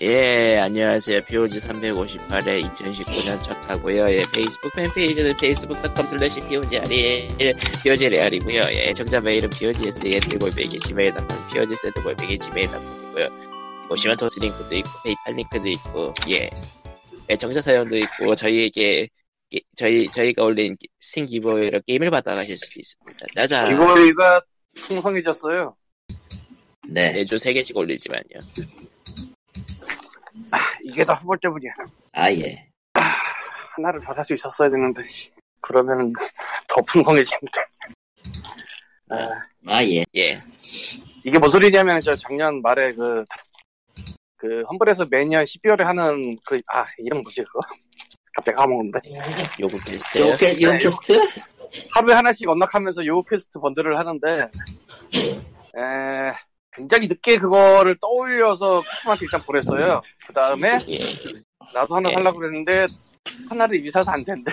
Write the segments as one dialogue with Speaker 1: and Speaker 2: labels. Speaker 1: 예, 안녕하세요. POG 358회 2019년 첫 하고요. 예, 페이스북 팬페이지는 facebook.com slash POG 아리, POG 레알이고요. 예, 정자 메일은 POG SEN 골뱅이 gmail.com, POG SEN 골뱅이 gmail.com이고요. 보시면 토스 링크도 있고, 페이팔 링크도 있고, 예. 예, 정자 사연도 있고, 저희에게, 게- 저희, 저희가 올린 스팀 기보이로 게임을 받아가실 수도 있습니다. 짜잔.
Speaker 2: 귀걸이가 풍성해졌어요.
Speaker 3: 네.
Speaker 1: 매주 3개씩 올리지만요.
Speaker 2: 이게 다 허벌 때문이야.
Speaker 3: 아, 예.
Speaker 2: 하나를 더 살 수 있었어야 되는데 그러면은 더 풍성해진다. 아,
Speaker 3: 아, 예.
Speaker 1: 예.
Speaker 2: 이게 무슨 소리냐면 저 작년 말에 그, 그 험블에서 매년 12월에 하는 그, 아, 이름 뭐지 그거? 갑자기 까먹었는데.
Speaker 1: 요구 네, 테스트요.
Speaker 3: 요캐, 요캐스트?
Speaker 2: 하루에 하나씩 언락하면서 요 퀘스트 번들을 하는데, 에, 굉장히 늦게 그거를 떠올려서 쿠쿠한테 일단 보냈어요. 그 다음에
Speaker 1: 예.
Speaker 2: 나도 하나
Speaker 1: 예.
Speaker 2: 살라고 그랬는데, 하나를 이미 사서 안 된대.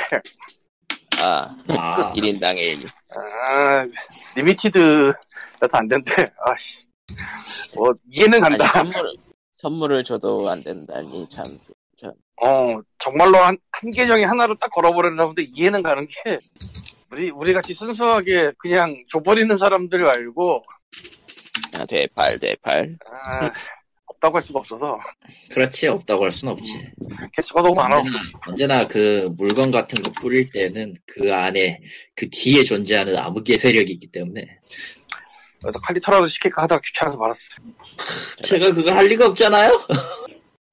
Speaker 1: 아,
Speaker 3: 아,
Speaker 1: 1인당에 1.
Speaker 2: 아, 리미티드라서 안 된대. 아씨. 뭐, 이해는
Speaker 1: 아니
Speaker 2: 간다.
Speaker 1: 선물을 선물을 줘도 안 된다니 참.
Speaker 2: 어, 정말로 한, 한 계정에 하나로 딱 걸어버리려고 하는데 이해는 가는 게, 우리, 우리 같이 순수하게 그냥 줘버리는 사람들 말고,
Speaker 1: 아, 되팔 되팔.
Speaker 2: 아, 없다고 할 수가 없어서,
Speaker 3: 그렇지. 없다고 할 순 없지.
Speaker 2: 개수가 너무 많아.
Speaker 3: 언제나, 언제나 그 물건 같은 거 뿌릴 때는 그 안에, 그 뒤에 존재하는 암흑의 세력이 있기 때문에.
Speaker 2: 그래서 칼리터라도 시킬까 하다가 귀찮아서 말았어요.
Speaker 3: 제가 그거 할 리가 없잖아요?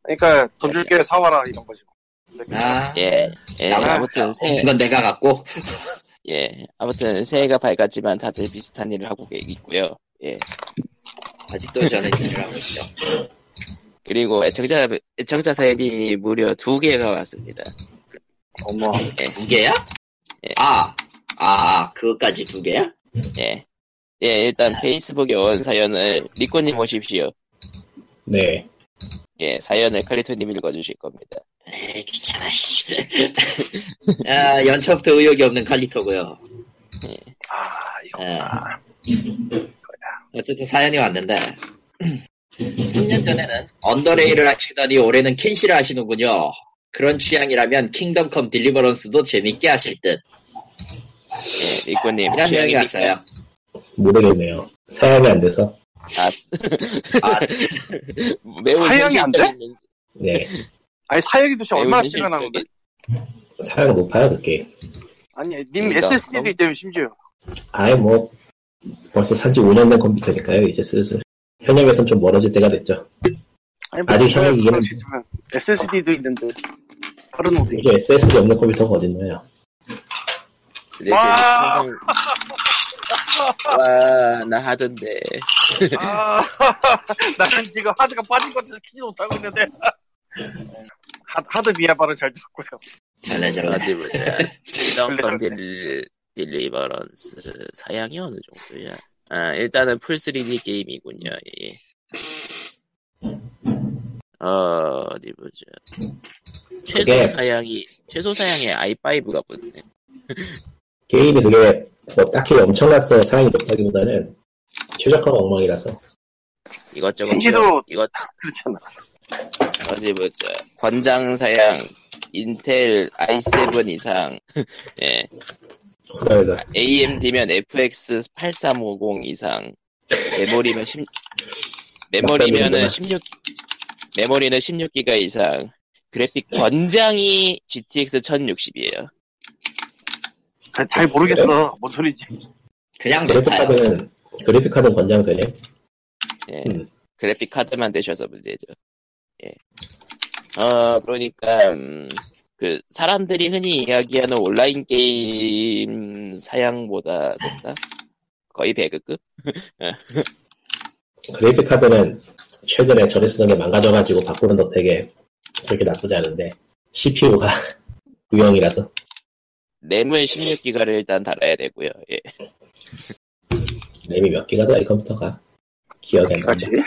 Speaker 2: 그러니까 돈 줄게 사와라 이런 거지. 근데 괜찮아. 네.
Speaker 3: 아,
Speaker 1: 예. 예.
Speaker 3: 아,
Speaker 1: 아무튼 새해
Speaker 3: 이건 내가 갖고.
Speaker 1: 예. 아무튼 새해가 밝았지만 다들 비슷한 일을 하고 계- 있고요. 예.
Speaker 3: 아직도 저는 일을 하고 있죠.
Speaker 1: 그리고 애청자 애청자 사연이 무려 두 개가 왔습니다.
Speaker 2: 어머,
Speaker 3: 두 개야? 아, 아, 아, 그것까지 두 개야?
Speaker 1: 예. 예, 일단 페이스북에 온 사연을 리코님 오십시오.
Speaker 4: 네.
Speaker 1: 예, 사연을 카리토님 읽어주실 겁니다.
Speaker 3: 에이, 네, 귀찮아, 씨. 아, 연초부터 의욕이 없는 칼리토고요. 네.
Speaker 2: 아, 이거.
Speaker 3: 예. 어쨌든 사연이 왔는데 3년 전에는 언더레일을 하시더니 올해는 킨시를 하시는군요. 그런 취향이라면 킹덤컴 딜리버런스도 재밌게 하실 듯
Speaker 1: 예, 리코님
Speaker 3: 이런 내용이
Speaker 1: 취향이니까-
Speaker 3: 왔어요.
Speaker 4: 모르겠네요. 사양이 안 돼서.
Speaker 3: 아,
Speaker 1: 매우
Speaker 2: 사양이 안 돼?
Speaker 1: 현실적인-
Speaker 4: 네.
Speaker 2: 아니, 사역이 도대체
Speaker 1: 매우
Speaker 2: 얼마나
Speaker 1: 현실적인-
Speaker 2: 시간 나는데?
Speaker 4: 사양 높아요, 그게.
Speaker 2: 아니, 님
Speaker 1: 그러니까.
Speaker 2: SSD도 있다면 심지어.
Speaker 4: 아예 뭐, 벌써 산지 5년 된 컴퓨터니까요, 이제 슬슬. 현역에선 좀 멀어질 때가 됐죠.
Speaker 2: 아니, 뭐,
Speaker 4: 아직 현역이 이해는-
Speaker 2: SSD도 있는데. 다른 어디.
Speaker 4: 이게 SSD 없는 컴퓨터가 어딨나요?
Speaker 1: 네,
Speaker 2: 와!
Speaker 1: 저기 충전- 와, 나 하던데.
Speaker 2: 아, 나는 지금 하드가 빠진 것 같아서 키지 못하고 있는데. 하드, 하드 미아 발은 잘 들었고요.
Speaker 3: 잘래 잘래.
Speaker 1: 어디 보자. 킹덤 딜- 딜리버런스. 사양이 어느 정도야? 아, 일단은 풀3D 게임이군요. 예. 어, 어디 보자. 최소
Speaker 4: 그게-
Speaker 1: 사양이, 최소 사양에 i5가 붙네.
Speaker 4: 게임이 그게 뭐 딱히 엄청났어, 사양이 높다기보다는 최적화가 엉망이라서.
Speaker 1: 이것저것.
Speaker 2: 인지도-
Speaker 1: 좀- 이것,
Speaker 2: 그렇잖아.
Speaker 1: 어디 보자. 권장 사양, 인텔 i7 이상. 예.
Speaker 4: 후달다.
Speaker 1: AMD면 FX 8350 이상, 메모리면 10, 메모리면은
Speaker 4: 맞다는구나.
Speaker 1: 16, 메모리는 16기가 이상, 그래픽 권장이 GTX 1060이에요.
Speaker 2: 잘, 잘 모르겠어. 뭔 소리지.
Speaker 3: 그냥 높아요.
Speaker 4: 그래픽카드는, 그래픽카드는 권장되네.
Speaker 1: 예.
Speaker 4: 음.
Speaker 1: 그래픽 카드만 되셔서 문제죠. 예. 어, 그러니까, 음, 그, 사람들이 흔히 이야기하는 온라인 게임 사양보다 높다? 거의 배그급?
Speaker 4: 그래픽카드는 최근에 전에 쓰던 게 망가져가지고 바꾸는 덕택에 그렇게 나쁘지 않은데, CPU가 유형이라서.
Speaker 1: 램은 16기가를 일단 달아야 되고요. 예.
Speaker 4: 램이 몇 기가더라, 이 컴퓨터가. 기억이 안
Speaker 2: 그러니까 그까지
Speaker 4: 나지.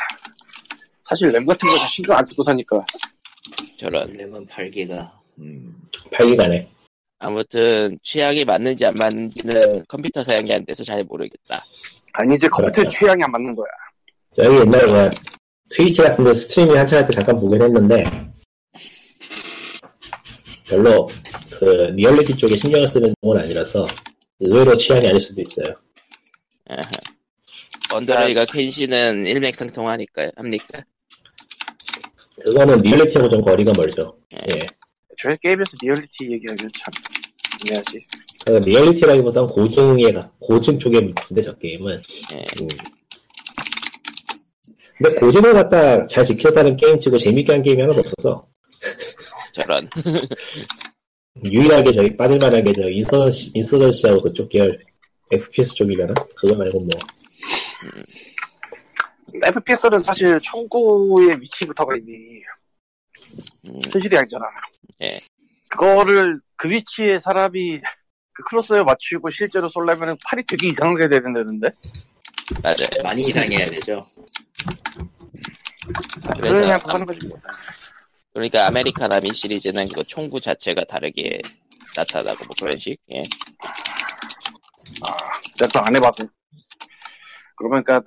Speaker 2: 사실 램 같은 거 다 신경 안 쓰고 사니까.
Speaker 1: 저런.
Speaker 3: 램은 8기가. 음,
Speaker 4: 8기가네.
Speaker 1: 아무튼 취향이 맞는지 안 맞는지는 컴퓨터 사양이 안 돼서 잘 모르겠다.
Speaker 2: 아니, 이제 컴퓨터에
Speaker 4: 그렇죠.
Speaker 2: 취향이 안 맞는 거야.
Speaker 4: 저희 옛날에 그냥 트위치 같은 데 스트리밍 한창 할 때 잠깐 보긴 했는데 별로 그 리얼리티 쪽에 신경을 쓰는 건 아니라서 의외로 취향이 아닐 수도 있어요.
Speaker 1: 언더레이가 켄시는 일맥상통하니까 합니까?
Speaker 4: 그거는 리얼리티하고 좀 거리가 멀죠. 예.
Speaker 2: 저희 게임에서 리얼리티 얘기하면 참 애매하지.
Speaker 4: 그러니까 리얼리티라기보단 고증에 가- 고증 쪽에 묻는데 저 게임은.
Speaker 1: 예.
Speaker 4: 음. 근데 고증을 갖다 잘 지켰다는 게임 치고 재밌게 한 게임이 하나도 없어서
Speaker 1: 저런.
Speaker 4: 유일하게 저기 빠질 만한 게저 인서던시 인서던시하고 그쪽 계열 FPS 쪽이면은 그거 말고 뭐
Speaker 2: FPS는 사실 총구의 위치부터가 이미
Speaker 1: 음,
Speaker 2: 현실이 아니잖아.
Speaker 1: 예.
Speaker 2: 그거를 그 위치에 사람이 그 크로스에 맞추고 실제로 쏠려면 팔이 되게 이상하게 되는데.
Speaker 1: 맞아요.
Speaker 3: 많이 이상해야 되죠.
Speaker 2: 그걸 그냥
Speaker 1: 그래서 아.
Speaker 2: 하는 거지 뭐.
Speaker 1: 그러니까 아메리카 라민 시리즈는 그 총구 자체가 다르게 나타나고 뭐 그런 식. 예.
Speaker 2: 내가 또안 해봐서. 그러면 그러니까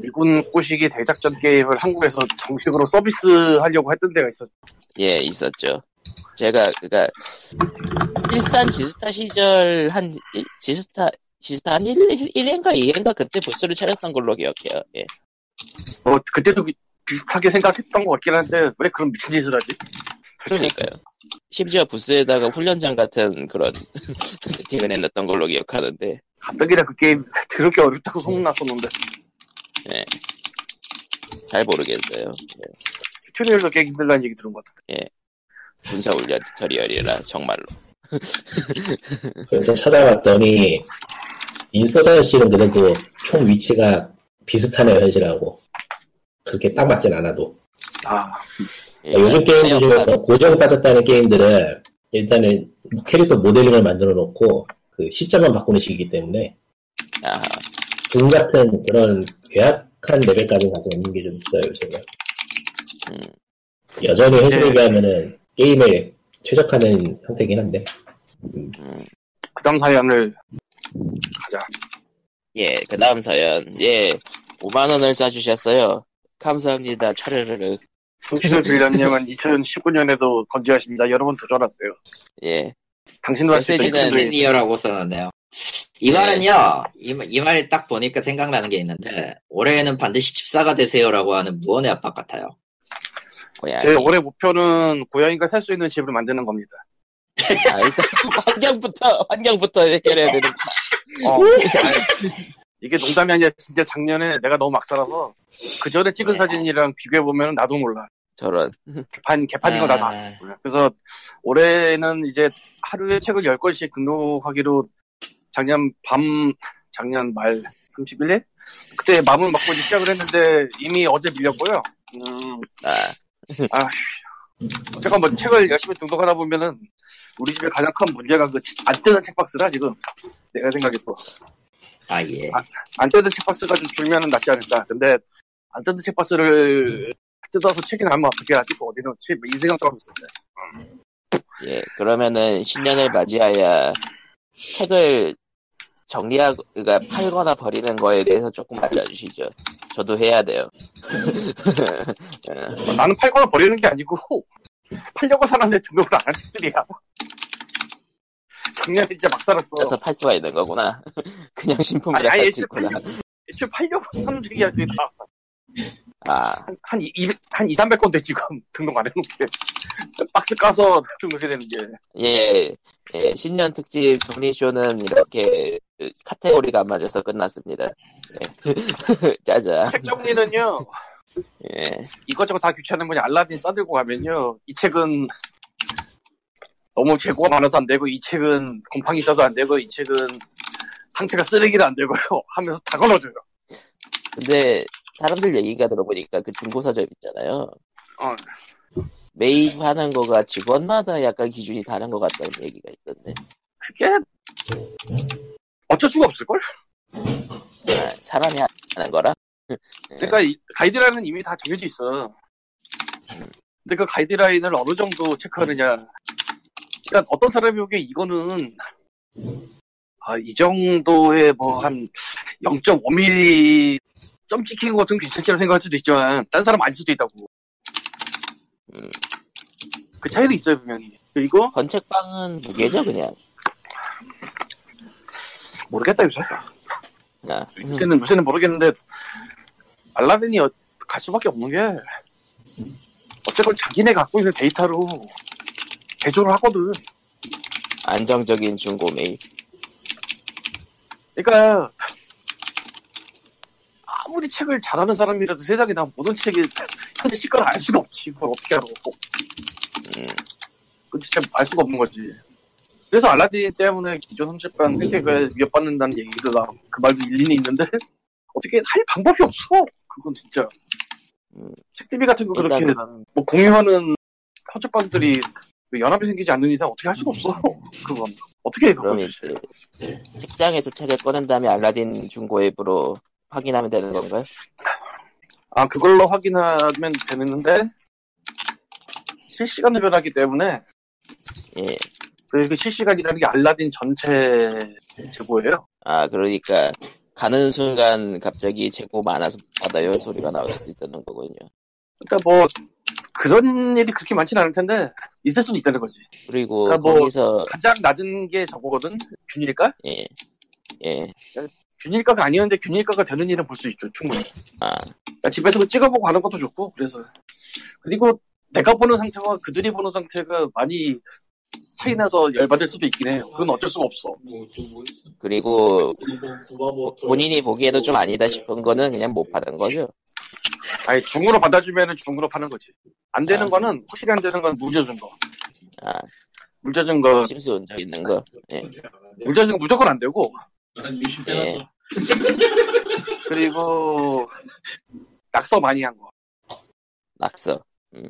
Speaker 2: 미군 꼬시기 대작전 게임을 한국에서 정식으로 서비스 하려고 했던 데가 있었.
Speaker 1: 예, 있었죠. 제가 그니까 일산 지스타 시절 한 일- 지스타 지스타 한 1, 1회인가 2회인가 그때 부스를 차렸던 걸로 기억해요. 예.
Speaker 2: 뭐 그때도 그- 비슷하게 생각했던 것 같긴 한데 왜 그런 미친 짓을 하지?
Speaker 1: 그러니까요. 심지어 부스에다가 훈련장 같은 그런 세팅을 해놨던 걸로 기억하는데
Speaker 2: 가뜩이나 그 게임 그렇게 어렵다고 소문났었는데
Speaker 1: 잘 모르겠어요. 예.
Speaker 2: 튜토리얼도 깨기 힘들다는 얘기 들은 것 같은데
Speaker 1: 군사 훈련 튜토리얼이라 정말로.
Speaker 4: 그래서 찾아봤더니 인서던시는 그래도 총 위치가 비슷하네요 현실하고 그렇게 딱 맞진 않아도
Speaker 2: 아
Speaker 1: 예,
Speaker 4: 요즘 네, 게임들 중에서
Speaker 1: 사용하는-
Speaker 4: 고정 따졌다는 게임들은 일단은 캐릭터 모델링을 만들어 놓고 그 시점만 바꾸는 식이기 때문에
Speaker 1: 아하.
Speaker 4: 등 같은 그런 괴악한 레벨까지 가고 있는 게 좀 있어요 요즘에
Speaker 1: 음.
Speaker 4: 여전히 현실에
Speaker 2: 네.
Speaker 4: 비하면은 게임에 최적화된 형태긴 한데
Speaker 1: 음.
Speaker 2: 그다음 사연을 가자
Speaker 1: 예, 그 다음 사연. 예, 5만원을 싸주셨어요. 감사합니다. 차르르르.
Speaker 2: 정신을 빌려님은 2019년에도 건재하십니다 여러분 도전하세요
Speaker 1: 예.
Speaker 2: 당신도 할수 있다
Speaker 1: 메시지는
Speaker 2: 그러니까 힘들이
Speaker 3: 시니어라고 써놨네요. 이
Speaker 1: 네.
Speaker 3: 말은요, 이, 말- 이 말을 딱 보니까 생각나는 게 있는데, 올해에는 반드시 집사가 되세요라고 하는 무언의 압박 같아요.
Speaker 1: 고양이.
Speaker 4: 예,
Speaker 2: 제 올해 목표는 고양이가 살 수 있는 집을 만드는 겁니다
Speaker 1: 아, 일단 환경부터 환경부터 해결해야 되는.
Speaker 2: 어, 아니, 이게 농담이 아니라 진짜 작년에 내가 너무 막 살아서 그 전에 찍은 사진이랑 비교해보면 나도 몰라
Speaker 1: 저런.
Speaker 2: 개판, 개판인 거 나도 알아
Speaker 3: 아,
Speaker 2: 그래서 올해는 이제 하루에 책을 10권씩 등록하기로 작년 밤, 작년 말 31일? 그때 마음을 먹고 이제 시작을 했는데 이미 어제 밀렸고요. 음,
Speaker 1: 아,
Speaker 2: 어쨌건 뭐 책을 열심히 등록하다 보면은 우리 집에 가장 큰 문제가 그 안 뜨는 책박스라 지금. 내가 생각해도.
Speaker 3: 아, 예.
Speaker 2: 안 뜨는 책박스가 좀 줄면은 낫지 않을까. 근데 안 뜨는 책박스를 뜯어서 책이 나면 어떻게 하지? 그 어디 놓지? 뭐이 생각도 하고 있었는데.
Speaker 1: 예. 그러면은 신년을 맞이하여 책을 정리하고 그러니까 팔거나 버리는 거에 대해서 조금 알려주시죠. 저도 해야 돼요.
Speaker 2: 나는 팔거나 버리는 게 아니고 팔려고 사는데 등록을 안 한 책들이야. 작년에 진짜 막 살았어.
Speaker 1: 그래서 팔 수가 있는 거구나. 그냥 신품이라
Speaker 2: 아니, 아니,
Speaker 1: 팔수 있구나.
Speaker 2: 애초에 팔려고 사는 책이야. 그게 다.
Speaker 1: 아,
Speaker 2: 한, 한, 2, 한 2, 300권 돼 지금 등록 안 해놓게. 박스 까서 등록해야 되는 게.
Speaker 1: 예. 예, 신년 특집 정리쇼는 이렇게 카테고리가 안 맞아서 끝났습니다. 예. 짜잔.
Speaker 2: 책 정리는요.
Speaker 1: 예.
Speaker 2: 이것저것 다 귀찮은 분이 알라딘 싸들고 가면요. 이 책은 너무 재고가 많아서 안 되고 이 책은 곰팡이 있어서 안 되고 이 책은 상태가 쓰레기라 안 되고요. 하면서 다 걸어줘요.
Speaker 1: 근데 사람들 얘기가 들어보니까 그 중고서점 있잖아요.
Speaker 2: 어.
Speaker 1: 매입하는 거가 직원마다 약간 기준이 다른 것 같다는 얘기가 있던데.
Speaker 2: 그게 어쩔 수가 없을걸?
Speaker 1: 아, 사람이 하는 거라?
Speaker 2: 그러니까 이 가이드라인은 이미 다 정해져 있어. 근데 그 가이드라인을 어느 정도 체크하느냐. 그러니까 어떤 사람이 보기에 이거는 아, 이 정도의 뭐 한 0.5mm 점 찍히는 것은 괜찮지라고 생각할 수도 있지만 딴 사람 아닐 수도 있다고
Speaker 1: 음.
Speaker 2: 그 차이도 있어요 분명히 그리고
Speaker 1: 번책방은 무게죠 그냥.
Speaker 2: 모르겠다 요새
Speaker 1: 아, 음.
Speaker 2: 요새는 요새는 모르겠는데 알라딘이 어- 갈 수밖에 없는 게 어쨌건 자기네 갖고 있는 데이터로 개조를 하거든
Speaker 1: 안정적인 중고 매입.
Speaker 2: 그러니까 아무리 책을 잘하는 사람이라도 세상에 난 모든 책이 현재 시가를 알 수가 없지 그걸 어떻게 알아
Speaker 1: 음.
Speaker 2: 그 진짜 알 수가 없는 거지 그래서 알라딘 때문에 기존
Speaker 1: 음.
Speaker 2: 선출관 생태계가 위협받는다는 얘기도 나그 말도 일리는 있는데 어떻게 할 방법이 없어 그건 진짜
Speaker 1: 음.
Speaker 2: 책 TV 같은 거 그렇게
Speaker 1: 일단은- 음.
Speaker 2: 나는 뭐 공유하는 선출관들이 그 연합이 생기지 않는 이상 어떻게 할 수가 없어 그건 어떻게 해
Speaker 1: 음. 그럼
Speaker 2: 그건
Speaker 1: 이제 책장에서 책을 꺼낸 다음에 알라딘 중고 앱으로 확인하면 되는 건가요?
Speaker 2: 아 그걸로 확인하면 되는데 실시간으로 변하기 때문에
Speaker 1: 예.
Speaker 2: 그 실시간이라는 게 알라딘 전체 재고예요.
Speaker 1: 아 그러니까 가는 순간 갑자기 재고 많아서 받아요 소리가 나올 수도 있다는 거군요.
Speaker 2: 그러니까 뭐 그런 일이 그렇게 많지는 않을 텐데 있을 수는 있다는 거지.
Speaker 1: 그리고
Speaker 2: 그러니까 뭐-
Speaker 1: 거기서
Speaker 2: 가장 낮은 게 저거거든 균일가?
Speaker 1: 예. 예.
Speaker 2: 균일가가 아니었는데 균일가가 되는 일은 볼 수 있죠 충분히.
Speaker 1: 아,
Speaker 2: 그러니까 집에서 그 찍어보고 하는 것도 좋고 그래서 그리고 내가 보는 상태와 그들이 보는 상태가 많이 차이나서 열받을 수도 있긴 해요. 그건 어쩔 수가 없어.
Speaker 1: 뭐, 그리고 본인이 보기에도 좀 아니다 싶은 거는 그냥 못 받은 거죠.
Speaker 2: 아니 중으로 받아주면은 중으로 파는 거지. 안 되는
Speaker 1: 아.
Speaker 2: 거는 확실히 안 되는 건 물젖은 거.
Speaker 1: 아.
Speaker 2: 물젖은 거
Speaker 1: 심수운 적 있는 거. 예.
Speaker 2: 물젖은 거 무조건 안 되고
Speaker 1: 예.
Speaker 2: 그리고 낙서 많이 한 거.
Speaker 1: 낙서.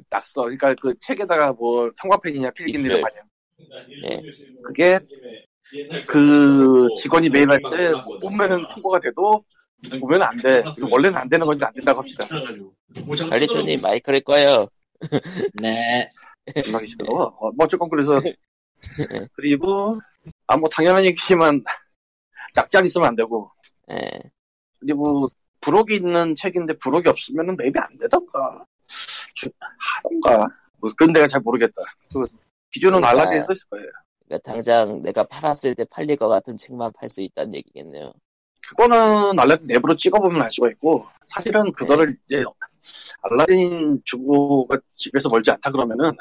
Speaker 2: 낙서 그러니까 그 책에다가 뭐 형광펜이냐 필기니를
Speaker 1: 입술.
Speaker 2: 많이 한 거.
Speaker 1: 예.
Speaker 2: 그게
Speaker 1: 네.
Speaker 2: 그 직원이 매일 할 때 보면은 통과가 돼도 보면 안 돼. 그리고 원래는 안 되는 건지 안 된다고 합시다.
Speaker 1: 뭐, 관리처님 마이크를 꺼요.
Speaker 3: 네.
Speaker 2: 음악이 시끄러워. 어, 뭐 어쨌건 그래서
Speaker 1: 네.
Speaker 2: 그리고 아 뭐 당연한 얘기지만 낙장 있으면 안 되고
Speaker 1: 예.
Speaker 2: 그리고 뭐 부록이 있는 책인데 부록이 없으면은 맵이 안 되던가 주- 하던가 뭐 그런 데가 잘 모르겠다 그 기준은
Speaker 1: 네.
Speaker 2: 알라딘에 서 있을 거예요
Speaker 1: 그러니까 당장 내가 팔았을 때 팔릴 것 같은 책만 팔 수 있다는 얘기겠네요.
Speaker 2: 그거는 알라딘 내부로 찍어보면 알 수가 있고
Speaker 1: 네.
Speaker 2: 사실은 그거를 이제 알라딘 주고가 집에서 멀지 않다 그러면은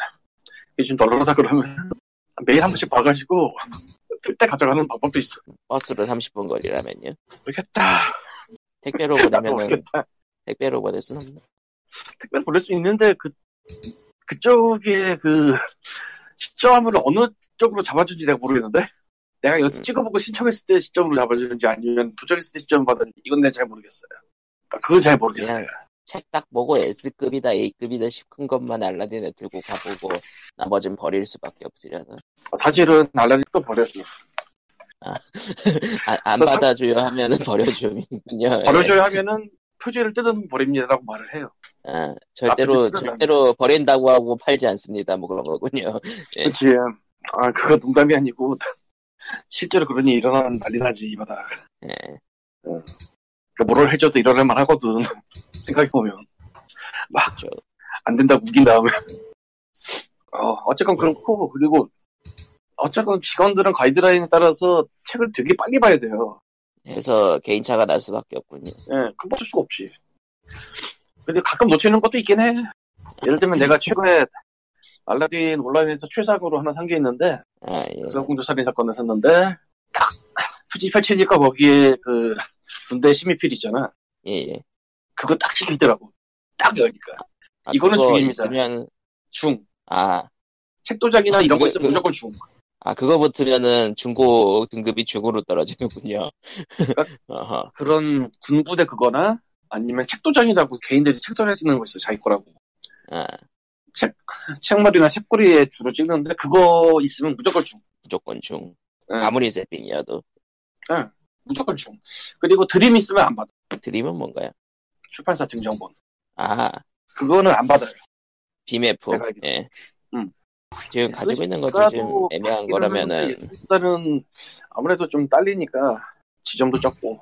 Speaker 2: 이게 좀 덜렁하다 그러면 매일 한 번씩 봐가지고 뜰 때 가져가는 방법도 있어
Speaker 1: 버스로 30분 거리라면요.
Speaker 2: 모르겠다
Speaker 1: 택배로
Speaker 2: 나도
Speaker 1: 보내면은
Speaker 2: 모르겠다
Speaker 1: 택배로 보낼 수는 없나?
Speaker 2: 택배를 보낼 수 있는데 그 그쪽에 그 시점을 어느 쪽으로 잡아준지 내가 모르겠는데 내가 여기서
Speaker 1: 음.
Speaker 2: 찍어보고 신청했을 때 시점으로 잡아주는지 아니면 도착했을 때 시점 받았는지 이건 내가 잘 모르겠어요. 그러니까 그건 잘 모르겠어요.
Speaker 1: 그냥 책 딱 보고 S급이다 A급이다 싶은 것만 알라딘에 들고 가보고 나머진 버릴 수밖에 없으려나.
Speaker 2: 사실은 알라딘도 버렸어.
Speaker 1: 안, 안
Speaker 2: 그래서 상-
Speaker 1: 받아줘요 하면은 버려줌이군요. 예.
Speaker 2: 버려줘야 하면은 표지를 뜯어놓고 버립니다라고 말을 해요.
Speaker 1: 아, 절대로
Speaker 2: 앞에 뜯어놔.
Speaker 1: 절대로 버린다고 하고 팔지 않습니다. 뭐 그런 거군요. 네.
Speaker 2: 그치. 아, 그거 농담이 아니고 실제로 그런 일이 일어나면 난리 나지 이 바다.
Speaker 1: 예.
Speaker 2: 그러니까 뭐를 해줘도 일어날 만 하거든. 생각해보면. 막
Speaker 1: 그렇죠.
Speaker 2: 안 된다 우긴 다음에 어, 어쨌건 그렇고 그리고 어쨌건 직원들은 가이드라인에 따라서 책을 되게 빨리 봐야 돼요.
Speaker 1: 해서 개인차가 날 수밖에 없군요.
Speaker 2: 예, 금방 쓸 수가 없지. 근데 가끔 놓치는 것도 있긴 해. 예를 들면 내가 최근에 알라딘 온라인에서 최상으로 하나 산 게 있는데
Speaker 1: 아 예.
Speaker 2: 여성공조 살인 사건을 샀는데 딱 휴지 펼치니까 거기에 그 군대 심의필 있잖아.
Speaker 1: 예, 예.
Speaker 2: 그거 딱 찍히더라고. 딱 열니까
Speaker 1: 아,
Speaker 2: 이거는
Speaker 1: 그거
Speaker 2: 중입니다.
Speaker 1: 있으면
Speaker 2: 중.
Speaker 1: 아,
Speaker 2: 책도작이나
Speaker 1: 아,
Speaker 2: 이런 거
Speaker 1: 그게-
Speaker 2: 있으면
Speaker 1: 그게-
Speaker 2: 무조건 중.
Speaker 1: 아 그거 붙으면은 중고 등급이 중으로 떨어지는군요.
Speaker 2: 그러니까
Speaker 1: 어허.
Speaker 2: 그런 군부대 그거나 아니면 책도장이라고 개인들이 책도장 찍는 거 있어 자기 거라고
Speaker 1: 아,
Speaker 2: 책말이나 책꼬리에 주로 찍는데 그거 있으면 무조건 중
Speaker 1: 무조건 중.
Speaker 2: 응.
Speaker 1: 아무리 세핑이어도
Speaker 2: 무조건 중 그리고 드림 있으면 안 받아
Speaker 1: 드림은 뭔가요?
Speaker 2: 출판사 증정본
Speaker 1: 아,
Speaker 2: 그거는 안 받아요
Speaker 1: 비메프.
Speaker 2: 제가 알기로.
Speaker 1: 예.
Speaker 2: 음.
Speaker 1: 지금 가지고 있는 것도
Speaker 2: 쓰라도
Speaker 1: 좀 애매한 거라면은
Speaker 2: 일단은 아무래도 좀 딸리니까 지점도 적고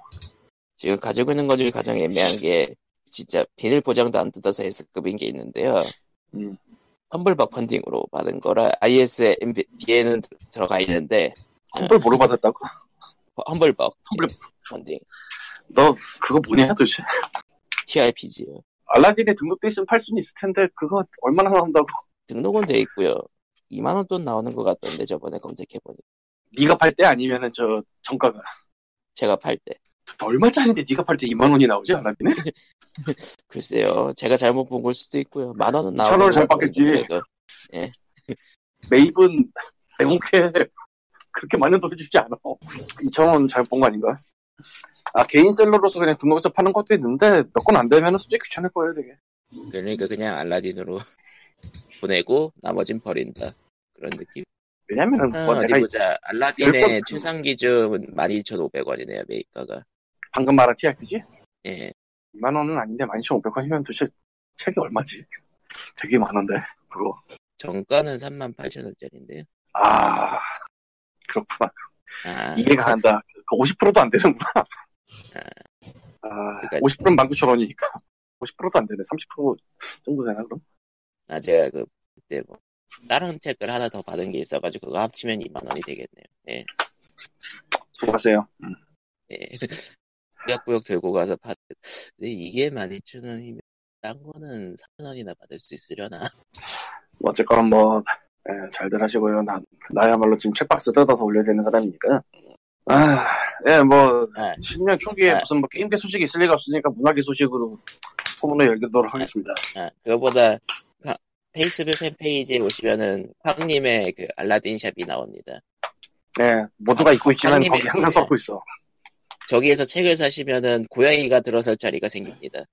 Speaker 1: 지금 가지고 있는 것 중에 가장 애매한 게 진짜 비닐 포장도 안 뜯어서 S급인 게 있는데요.
Speaker 2: 음.
Speaker 1: 텀블벅 펀딩으로 받은 거라 ISMB에는 들어가 있는데
Speaker 2: 험블
Speaker 1: 네.
Speaker 2: 뭐로 받았다고?
Speaker 1: 험블벅
Speaker 2: 험블벅.
Speaker 1: 펀딩
Speaker 2: 너 그거 뭐냐 도대체?
Speaker 1: TRPG요.
Speaker 2: 알라딘에 등록돼 있으면 팔 수는 있을 텐데 그거 얼마나 나온다고?
Speaker 1: 등록은 돼 있고요. 2만 원 돈 나오는 것 같던데 저번에 검색해 보니
Speaker 2: 네가 팔 때 아니면은 저 정가가
Speaker 1: 제가 팔 때.
Speaker 2: 얼마짜리인데 네가 팔 때 2만 원이 나오지 알라딘에?
Speaker 1: 글쎄요, 제가 잘못 본 걸 수도 있고요. 만 원은 나오고.
Speaker 2: 천 원을 잘 받겠지. 메이븐 내공캐 그렇게 많은 돈을 주지 않아. 2천 원 잘못 본 거 아닌가? 아 개인 셀러로서 그냥 등록해서 파는 것도 있는데 몇 건 안 되면 은 솔직히 귀찮을 거예요 되게.
Speaker 1: 그러니까 그냥 알라딘으로 보내고 나머진 버린다 그런 느낌.
Speaker 2: 왜냐면은
Speaker 1: 아,
Speaker 2: 뭐
Speaker 1: 어디
Speaker 2: 내가
Speaker 1: 보자.
Speaker 2: 열 번-
Speaker 1: 알라딘의 최상 기준 12,500원이네요 메이커가.
Speaker 2: 방금 말한 TRPG
Speaker 1: 예.
Speaker 2: 2만 원은 아닌데 12,500원이면 도대체 책이 얼마지? 되게 많은데 그거.
Speaker 1: 정가는 38,000원짜리인데요.
Speaker 2: 아 그렇구나.
Speaker 1: 아,
Speaker 2: 이해가 간다. 그 50%도 안 되는구나. 아,
Speaker 1: 그러니까-
Speaker 2: 50%는 19,000원이니까. 50%도 안 되네. 30% 정도 되나, 그럼?
Speaker 1: 아, 제가 그 그때 뭐 다른 책을 하나 더 받은 게 있어가지고 그거 합치면 2만 원이 되겠네요. 예.
Speaker 2: 수고하세요.
Speaker 1: 예. 구역구역 들고 가서 받. 근데 이게 12,000원이면 딴 거는 3,000원이나 받을 수 있으려나.
Speaker 2: 뭐 어쨌건 뭐, 예, 잘들 하시고요. 나, 나야말로 지금 책박스 뜯어서 올려야 되는 사람이니까. 아, 예, 뭐,
Speaker 1: 네.
Speaker 2: 신년 초기에
Speaker 1: 네.
Speaker 2: 무슨 뭐 게임계 소식이 있을 리가 없으니까 문화계 소식으로 포문을 열도록 하겠습니다.
Speaker 1: 아, 그거보다 가- 페이스북 팬페이지에 오시면은 황님의 그 알라딘 샵이 나옵니다.
Speaker 2: 예, 모두가 읽고 있지만
Speaker 1: 박님의-
Speaker 2: 거기 항상 썩고 있어.
Speaker 1: 저기에서 책을 사시면은 고양이가 들어설 자리가 생깁니다.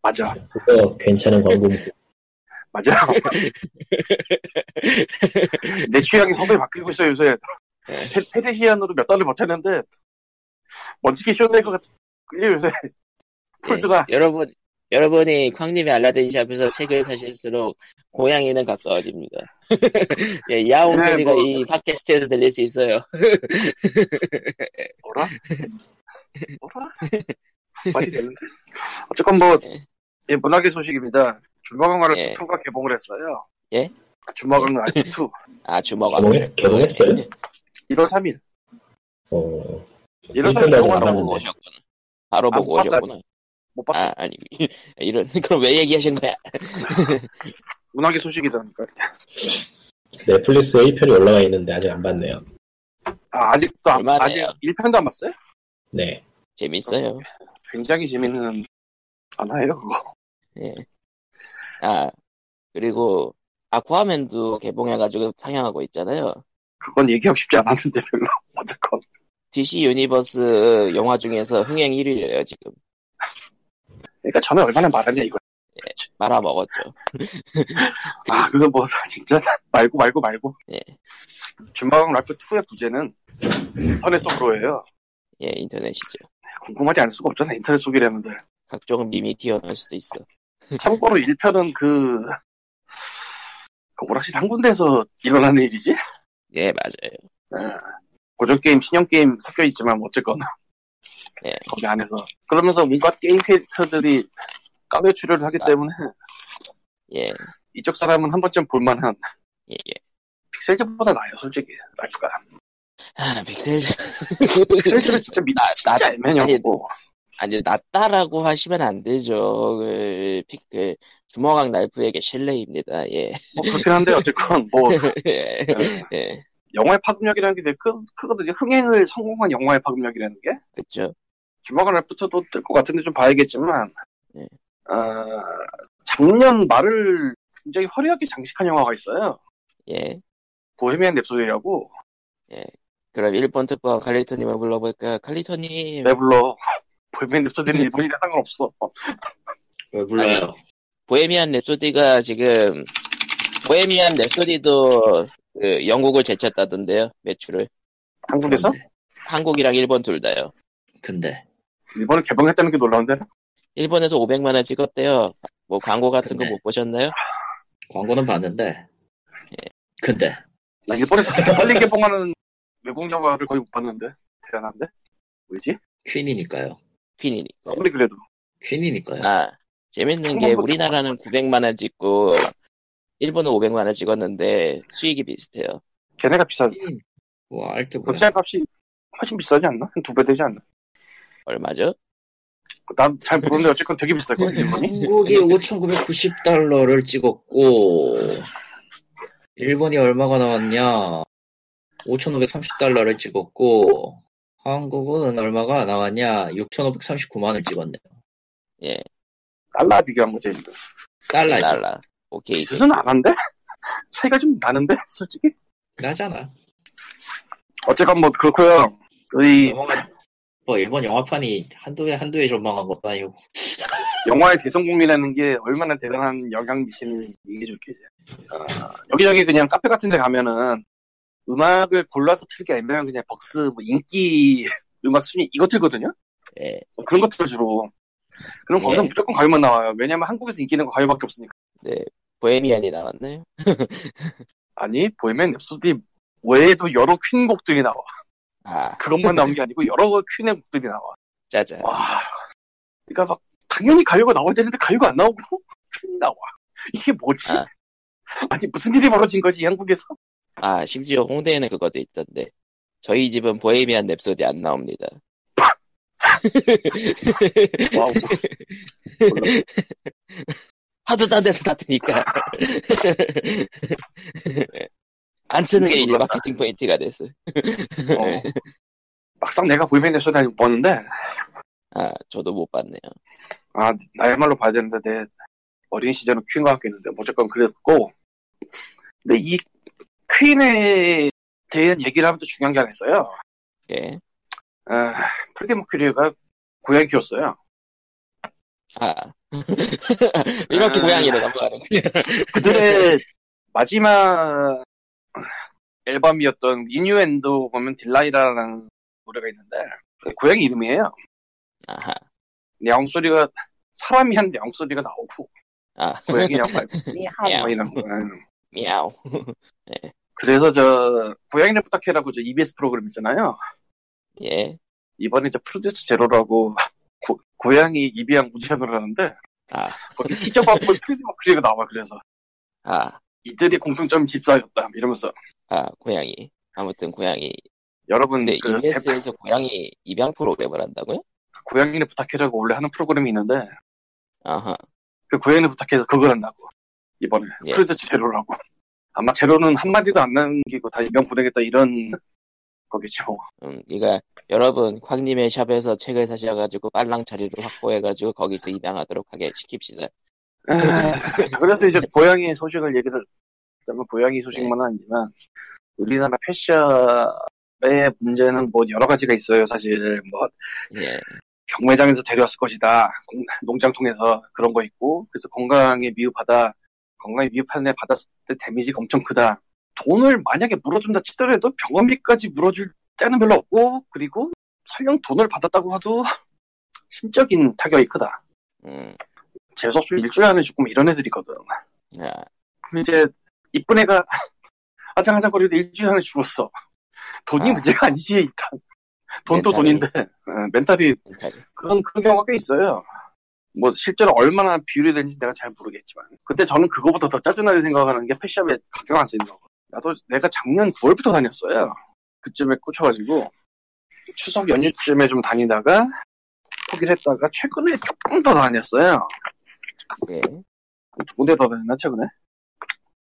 Speaker 2: 맞아,
Speaker 4: 그거 괜찮은 광고
Speaker 2: 맞아. 내 취향이 서서히 바뀌고 있어요, 요새.
Speaker 1: 네.
Speaker 2: 페- 페르시안으로 몇 달을 버텼는데, 멋지게 쇼네이커 같은, 끌려 요새. 폴드가,
Speaker 1: 예, 여러분 여러분이 황님의 알라딘 샵에서 책을 사실수록 고양이는 가까워집니다. 예, 야옹
Speaker 2: 네,
Speaker 1: 소리가
Speaker 2: 뭐-
Speaker 1: 이 팟캐스트에서 들릴 수 있어요.
Speaker 2: 뭐라? 뭐라? 말이 되는데? 어쨌건 뭐,
Speaker 1: 네.
Speaker 2: 예, 문학의 소식입니다. 주먹왕화를
Speaker 1: 예.
Speaker 2: 2가 개봉을 했어요.
Speaker 1: 예?
Speaker 2: 주먹왕화 2.
Speaker 1: 아 주먹아.
Speaker 4: 뭐, 개봉했, 개봉했어요?
Speaker 2: 1월 3일.
Speaker 4: 어,
Speaker 2: 1월 3일
Speaker 4: 일편까지
Speaker 1: 아, 바로
Speaker 2: 개봉한다고
Speaker 1: 보고 오셨구나. 바로
Speaker 2: 아,
Speaker 1: 보고
Speaker 2: 못 봤어요.
Speaker 1: 오셨구나.
Speaker 2: 못 봤어.
Speaker 1: 아 아니 이런 그럼 왜 얘기하신 거야?
Speaker 2: 문학의 소식이다니까.
Speaker 4: 넷플릭스에 1편이 올라와 있는데 아직 안 봤네요.
Speaker 2: 아, 아직도, 안,
Speaker 1: 얼마나요?
Speaker 2: 아직 1편도 안 봤어요?
Speaker 4: 네.
Speaker 1: 재밌어요.
Speaker 2: 굉장히 재밌는, 만화예요, 그거.
Speaker 1: 예. 아, 그리고 아쿠아맨도 개봉해가지고 상영하고 있잖아요.
Speaker 2: 그건 얘기하고 싶지 않았는데, 별로. 어쨌건.
Speaker 1: DC 유니버스 영화 중에서 흥행 1위래요, 지금.
Speaker 2: 그러니까 전에 얼마나 말하냐 이거.
Speaker 1: 말아먹었죠.
Speaker 2: 아 그거 뭐 진짜 말고 말고 말고.
Speaker 1: 예.
Speaker 2: 준마왕 랄프 2의 부제는 인터넷 속으로예요.
Speaker 1: 예, 인터넷이죠.
Speaker 2: 궁금하지 않을 수가 없잖아 인터넷 속이라는데.
Speaker 1: 각종 밈이 튀어나올 수도 있어.
Speaker 2: 참고로 1편은 그, 그 오락실 한 군데에서 일어나는 일이지.
Speaker 1: 예, 맞아요.
Speaker 2: 고전 게임, 신형 게임 섞여 있지만 뭐 어쨌거나
Speaker 1: 예.
Speaker 2: 거기 안에서 그러면서 뭔가 게임 캐릭터들이 까메 출연을 하기
Speaker 1: 아.
Speaker 2: 때문에
Speaker 1: 예,
Speaker 2: 이쪽 사람은 한 번쯤 볼만한
Speaker 1: 예, 예.
Speaker 2: 픽셀즈보다 나아요 솔직히 랄프가.
Speaker 1: 아, 픽셀.
Speaker 2: 픽셀즈는 진짜 미,
Speaker 1: 나- 나-
Speaker 2: 진짜 애매냐고.
Speaker 1: 아니, 낫다라고 하시면 안 되죠. 그, 픽, 그, 주먹왕 날프에게 실례입니다. 예.
Speaker 2: 뭐 그렇긴 한데 어쨌건 뭐
Speaker 1: 예. 예.
Speaker 2: 영화의 파급력이라는 게 되게 크, 크거든요. 흥행을 성공한 영화의 파급력이라는 게
Speaker 1: 그쵸.
Speaker 2: 주먹을 랩부터도 뜰 것 같은데 좀 봐야겠지만
Speaker 1: 네.
Speaker 2: 어, 작년 말을 굉장히 화려하게 장식한 영화가 있어요.
Speaker 1: 예.
Speaker 2: 보헤미안 랩소디라고
Speaker 1: 그럼 일본 특파원 칼리토님을 불러볼까? 칼리토님.
Speaker 2: 왜 불러? 보헤미안 랩소디는 일본이랑 상관없어.
Speaker 3: 왜 불러요?
Speaker 1: 보헤미안 랩소디가 지금 보헤미안 랩소디도 그 영국을 제쳤다던데요 매출을
Speaker 2: 한국에서?
Speaker 3: 그런데,
Speaker 1: 한국이랑 일본 둘 다요
Speaker 3: 근데
Speaker 2: 일본에 개봉했다는 게 놀라운데?
Speaker 1: 일본에서 500만 원 찍었대요 뭐 광고 같은 거
Speaker 3: 근데-
Speaker 1: 못 보셨나요?
Speaker 3: 광고는 봤는데 근데
Speaker 2: 나 일본에서 그렇게 빨리 개봉하는 외국 영화를 거의 못 봤는데 대단한데? 왜지?
Speaker 3: 퀸이니까요.
Speaker 1: 퀸이니까.
Speaker 2: 아무리 그래도
Speaker 3: 퀸이니까요.
Speaker 1: 아, 재밌는 게 우리나라는 900만원 찍고, 일본은 500만원 찍었는데, 수익이 비슷해요.
Speaker 2: 걔네가 비싸.
Speaker 3: 퀸. 뭐, 알게 뭐야.
Speaker 2: 극장 값이 훨씬 비싸지 않나? 한 두 배 되지 않나?
Speaker 1: 얼마죠?
Speaker 2: 난 잘 모르는데 어쨌건 되게 비쌀 거야 일본이.
Speaker 3: 한국이 5,990달러를 찍었고, 일본이 얼마가 나왔냐? 5,530달러를 찍었고, 한국은 얼마가 나왔냐? 6,539만을 찍었네요.
Speaker 2: 달러 비교한 거지.
Speaker 3: 달러지.
Speaker 1: 달라. 오케이.
Speaker 2: 수준 그 안 한데? 차이가 좀 나는데 솔직히.
Speaker 3: 나잖아.
Speaker 2: 어쨌건 뭐 그렇고요. 이
Speaker 3: 영화가, 뭐, 일본 영화판이 한두해, 한두해 전망한 것도 아니고.
Speaker 2: 영화의 대성공이라는 게 얼마나 대단한 영향 미치는지 얘기해 줄게. 어, 여기저기 그냥 카페 같은 데 가면은 음악을 골라서 틀게 아니면 그냥 벅스 뭐 인기 음악 순위 이거 틀거든요?
Speaker 1: 예.
Speaker 2: 뭐 그런 것들 주로. 그럼 거기서
Speaker 1: 예.
Speaker 2: 무조건 가요만 나와요. 왜냐면 한국에서 인기 있는 거 가요밖에 없으니까.
Speaker 1: 네. 보헤미안이 나왔나요?
Speaker 2: 아니, 보헤미안 랩소디 외에도 여러 퀸 곡들이 나와.
Speaker 1: 아,
Speaker 2: 그것만 나온 게 아니고 여러 퀸의 곡들이 나와.
Speaker 1: 짜잔.
Speaker 2: 와. 그러니까 막 당연히 가요가 나와야 되는데 가요가 안 나오고 퀸이 나와. 이게 뭐지?
Speaker 1: 아.
Speaker 2: 아니 무슨 일이 벌어진 거지 이 한국에서?
Speaker 1: 아, 심지어 홍대에는 그것도 있던데. 저희 집은 보헤미안 랩소디 안 나옵니다.
Speaker 2: 와우.
Speaker 1: 하도 딴 데서 다 트니까. 네. 안 트는 게 이제 마케팅 포인트가 됐어.
Speaker 2: 어. 막상 내가 보이면 랩소디 아니고 보는데
Speaker 1: 아, 저도 못 봤네요.
Speaker 2: 아 나야말로 봐야 되는데 내 어린 시절은 퀸과 함께 했는데 무조건 그랬고 근데 이 퀸에 대한 얘기를 하면 또 중요한 게 하나 있어요.
Speaker 1: 예.
Speaker 2: 아, 프레디 머큐리가 고양이 키웠어요.
Speaker 1: 아. 이렇게
Speaker 2: 아.
Speaker 1: 고양이로 넘어가는군요. 네,
Speaker 2: 그들의 마지막 앨범이었던 인유엔도 보면 딜라이라라는 노래가 있는데 그 고양이 이름이에요.
Speaker 1: 아하.
Speaker 2: 야옹 소리가 사람이 한 야옹 소리가 나오고
Speaker 1: 아.
Speaker 2: 고양이 야옹 말고
Speaker 1: 야옹.
Speaker 2: 뭐 이런 거. 음.
Speaker 1: 미야오.
Speaker 2: 그래서 저 고양이를 부탁해라고 저 EBS 프로그램 있잖아요.
Speaker 1: 예.
Speaker 2: 이번에 저 프로듀스 제로라고 고, 고양이 입양 오디션을 하는데
Speaker 1: 아.
Speaker 2: 거기 티저 받고 프리드 머크리가 나와 그래서
Speaker 1: 아.
Speaker 2: 이들의 공통점이 집사였다 이러면서
Speaker 1: 아, 고양이. 아무튼 고양이.
Speaker 2: 여러분
Speaker 1: 근데 E
Speaker 2: 그 대-
Speaker 1: EBS에서 고양이 입양 프로그램을 한다고요?
Speaker 2: 고양이를 부탁해라고 원래 하는 프로그램이 있는데
Speaker 1: 아하.
Speaker 2: 그 고양이를 부탁해서 그걸 한다고 이번에
Speaker 1: 예.
Speaker 2: 프로젝트 제로라고 아마 제로는 한마디도 안 남기고 다 입양 보내겠다 이런 거겠죠
Speaker 1: 음, 그러니까 여러분 곽님의 샵에서 책을 사셔가지고 빨랑 자리를 확보해가지고 거기서 입양하도록 하게 시킵시다.
Speaker 2: 에, 그래서 이제 고양이 소식을 얘기를 그다음에 고양이 소식만 은 아니지만 우리나라 패션의 문제는 뭐 여러 가지가 있어요 사실 뭐
Speaker 1: 예.
Speaker 2: 경매장에서 데려왔을 것이다 공- 농장 통해서 그런 거 있고 그래서 건강에 미흡하다 건강에 미흡한 애 받았을 때 데미지가 엄청 크다 돈을 만약에 물어준다 치더라도 병원비까지 물어줄 때는 별로 없고 그리고 설령 돈을 받았다고 해도 심적인 타격이 크다
Speaker 1: 음.
Speaker 2: 재수없으면 일주일 안에 죽고 뭐 이런 애들이거든
Speaker 1: 아,
Speaker 2: 그럼 이제 이쁜 애가 아장아장거리도 일주일 안에 죽었어. 돈이
Speaker 1: 아.
Speaker 2: 문제가 아니지 일단 돈도
Speaker 1: 멘탈이.
Speaker 2: 돈인데 어, 멘탈이
Speaker 1: 멘탈이.
Speaker 2: 그런 그런 경우가 꽤 있어요. 뭐 실제로 얼마나 비율이 되는지 내가 잘 모르겠지만 근데 저는 그거보다 더 짜증나게 생각하는 게 펫샵에 가격 안 쓰는 거. 나도 내가 작년 9월부터 다녔어요. 그쯤에 꽂혀가지고 추석 연휴쯤에 좀 다니다가 포기를 했다가 최근에 조금 더 다녔어요.
Speaker 1: 예.
Speaker 2: 그 두 군데 더 다녔나 최근에?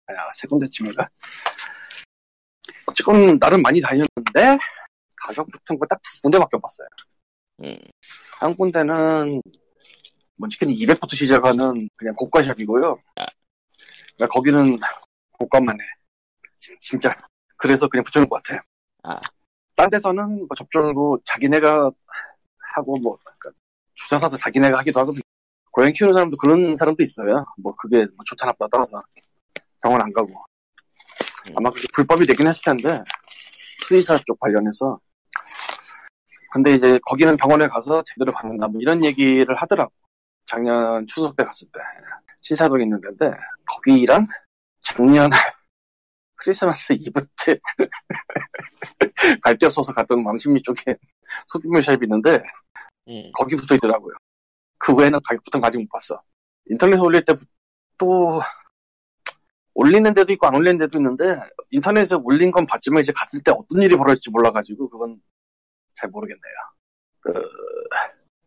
Speaker 2: 아, 세 군데쯤인가? 어쨌건 나름 많이 다녔는데 가격 붙은 거 딱 두 군데밖에 못 봤어요.
Speaker 1: 음.
Speaker 2: 한 군데는 먼치킨이 200부터 시작하는 그냥 고가샵이고요. 그러니까 거기는 고가만 해. 진- 진짜 그래서 그냥 붙여놓은 것 같아요.
Speaker 1: 아.
Speaker 2: 딴 데서는 뭐 접종도 자기네가 하고 뭐 그러니까 주사 사서 자기네가 하기도 하거든요. 고양이 키우는 사람도 그런 사람도 있어요. 뭐 그게 뭐 좋다 나쁘다 따라서 병원 안 가고 아마 그게 불법이 되긴 했을 텐데 수의사 쪽 관련해서 근데 이제 거기는 병원에 가서 제대로 받는다 뭐 이런 얘기를 하더라고 작년 추석 때 갔을 때 신사동 있는 데인데 거기랑 작년 크리스마스 이브 때 갈 데 없어서 갔던 왕십리 쪽에 소규모 샵이 있는데
Speaker 1: 예.
Speaker 2: 거기 붙어 있더라고요. 그 외에는 가격부터 아직 못 봤어. 인터넷에 올릴 때 또 올리는 데도 있고 안 올리는 데도 있는데 인터넷에 올린 건 봤지만 이제 갔을 때 어떤 일이 벌어질지 몰라가지고 그건 잘 모르겠네요. 그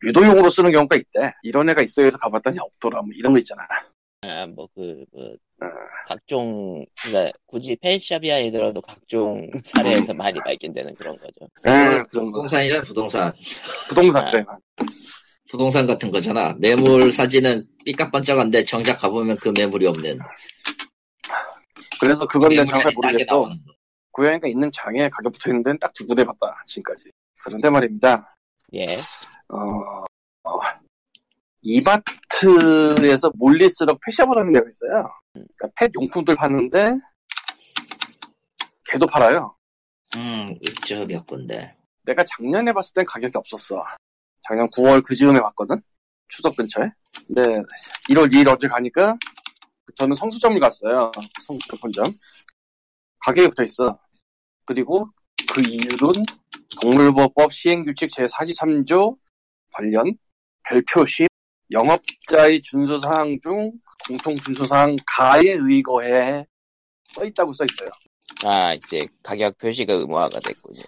Speaker 2: 유도용으로 쓰는 경우가 있대. 이런 애가 있어 해서 가봤더니 없더라. 뭐 이런 거 있잖아.
Speaker 1: 아, 뭐, 그, 뭐,
Speaker 2: 아.
Speaker 1: 각종, 그니까, 굳이 펜샵이 아니더라도 각종 사례에서 많이 발견되는 그런 거죠.
Speaker 2: 에, 네, 그런 거.
Speaker 3: 부동산이잖아 부동산
Speaker 2: 부동산
Speaker 1: 아.
Speaker 2: 그래.
Speaker 3: 부동산 같은 거잖아 매물 사진은 삐까뻔쩍한데 정작 가보면 그 매물이 없는
Speaker 2: 그래서 그건 내가
Speaker 3: 매물이
Speaker 2: 정확히
Speaker 3: 아닌 땅에
Speaker 2: 모르겠고
Speaker 3: 나오는 거.
Speaker 2: 고양이가 있는 장에 가격 붙어 있는 데는 딱 두 군데 봤다 지금까지. 그런데 말입니다.
Speaker 1: 예.
Speaker 2: 어, 어, 이마트에서 몰리스럭 펫샵을 하는 데가 있어요. 그러니까 펫 용품들 파는데 걔도 팔아요.
Speaker 3: 음 있죠 몇 군데
Speaker 2: 내가 작년에 봤을 땐 가격이 없었어. 작년 9월 그 즈음에 봤거든. 추석 근처에. 근데 1월 2일 어제 가니까 저는 성수점을 갔어요. 성수점 본점. 가격이 붙어 있어. 그리고 그 이유는 동물보호법 시행규칙 제43조 관련 별표시 영업자의 준수사항 중 공통 준수사항 가에 의거해 써 있다고 써 있어요.
Speaker 1: 아, 이제, 가격 표시가 의무화가 됐군요.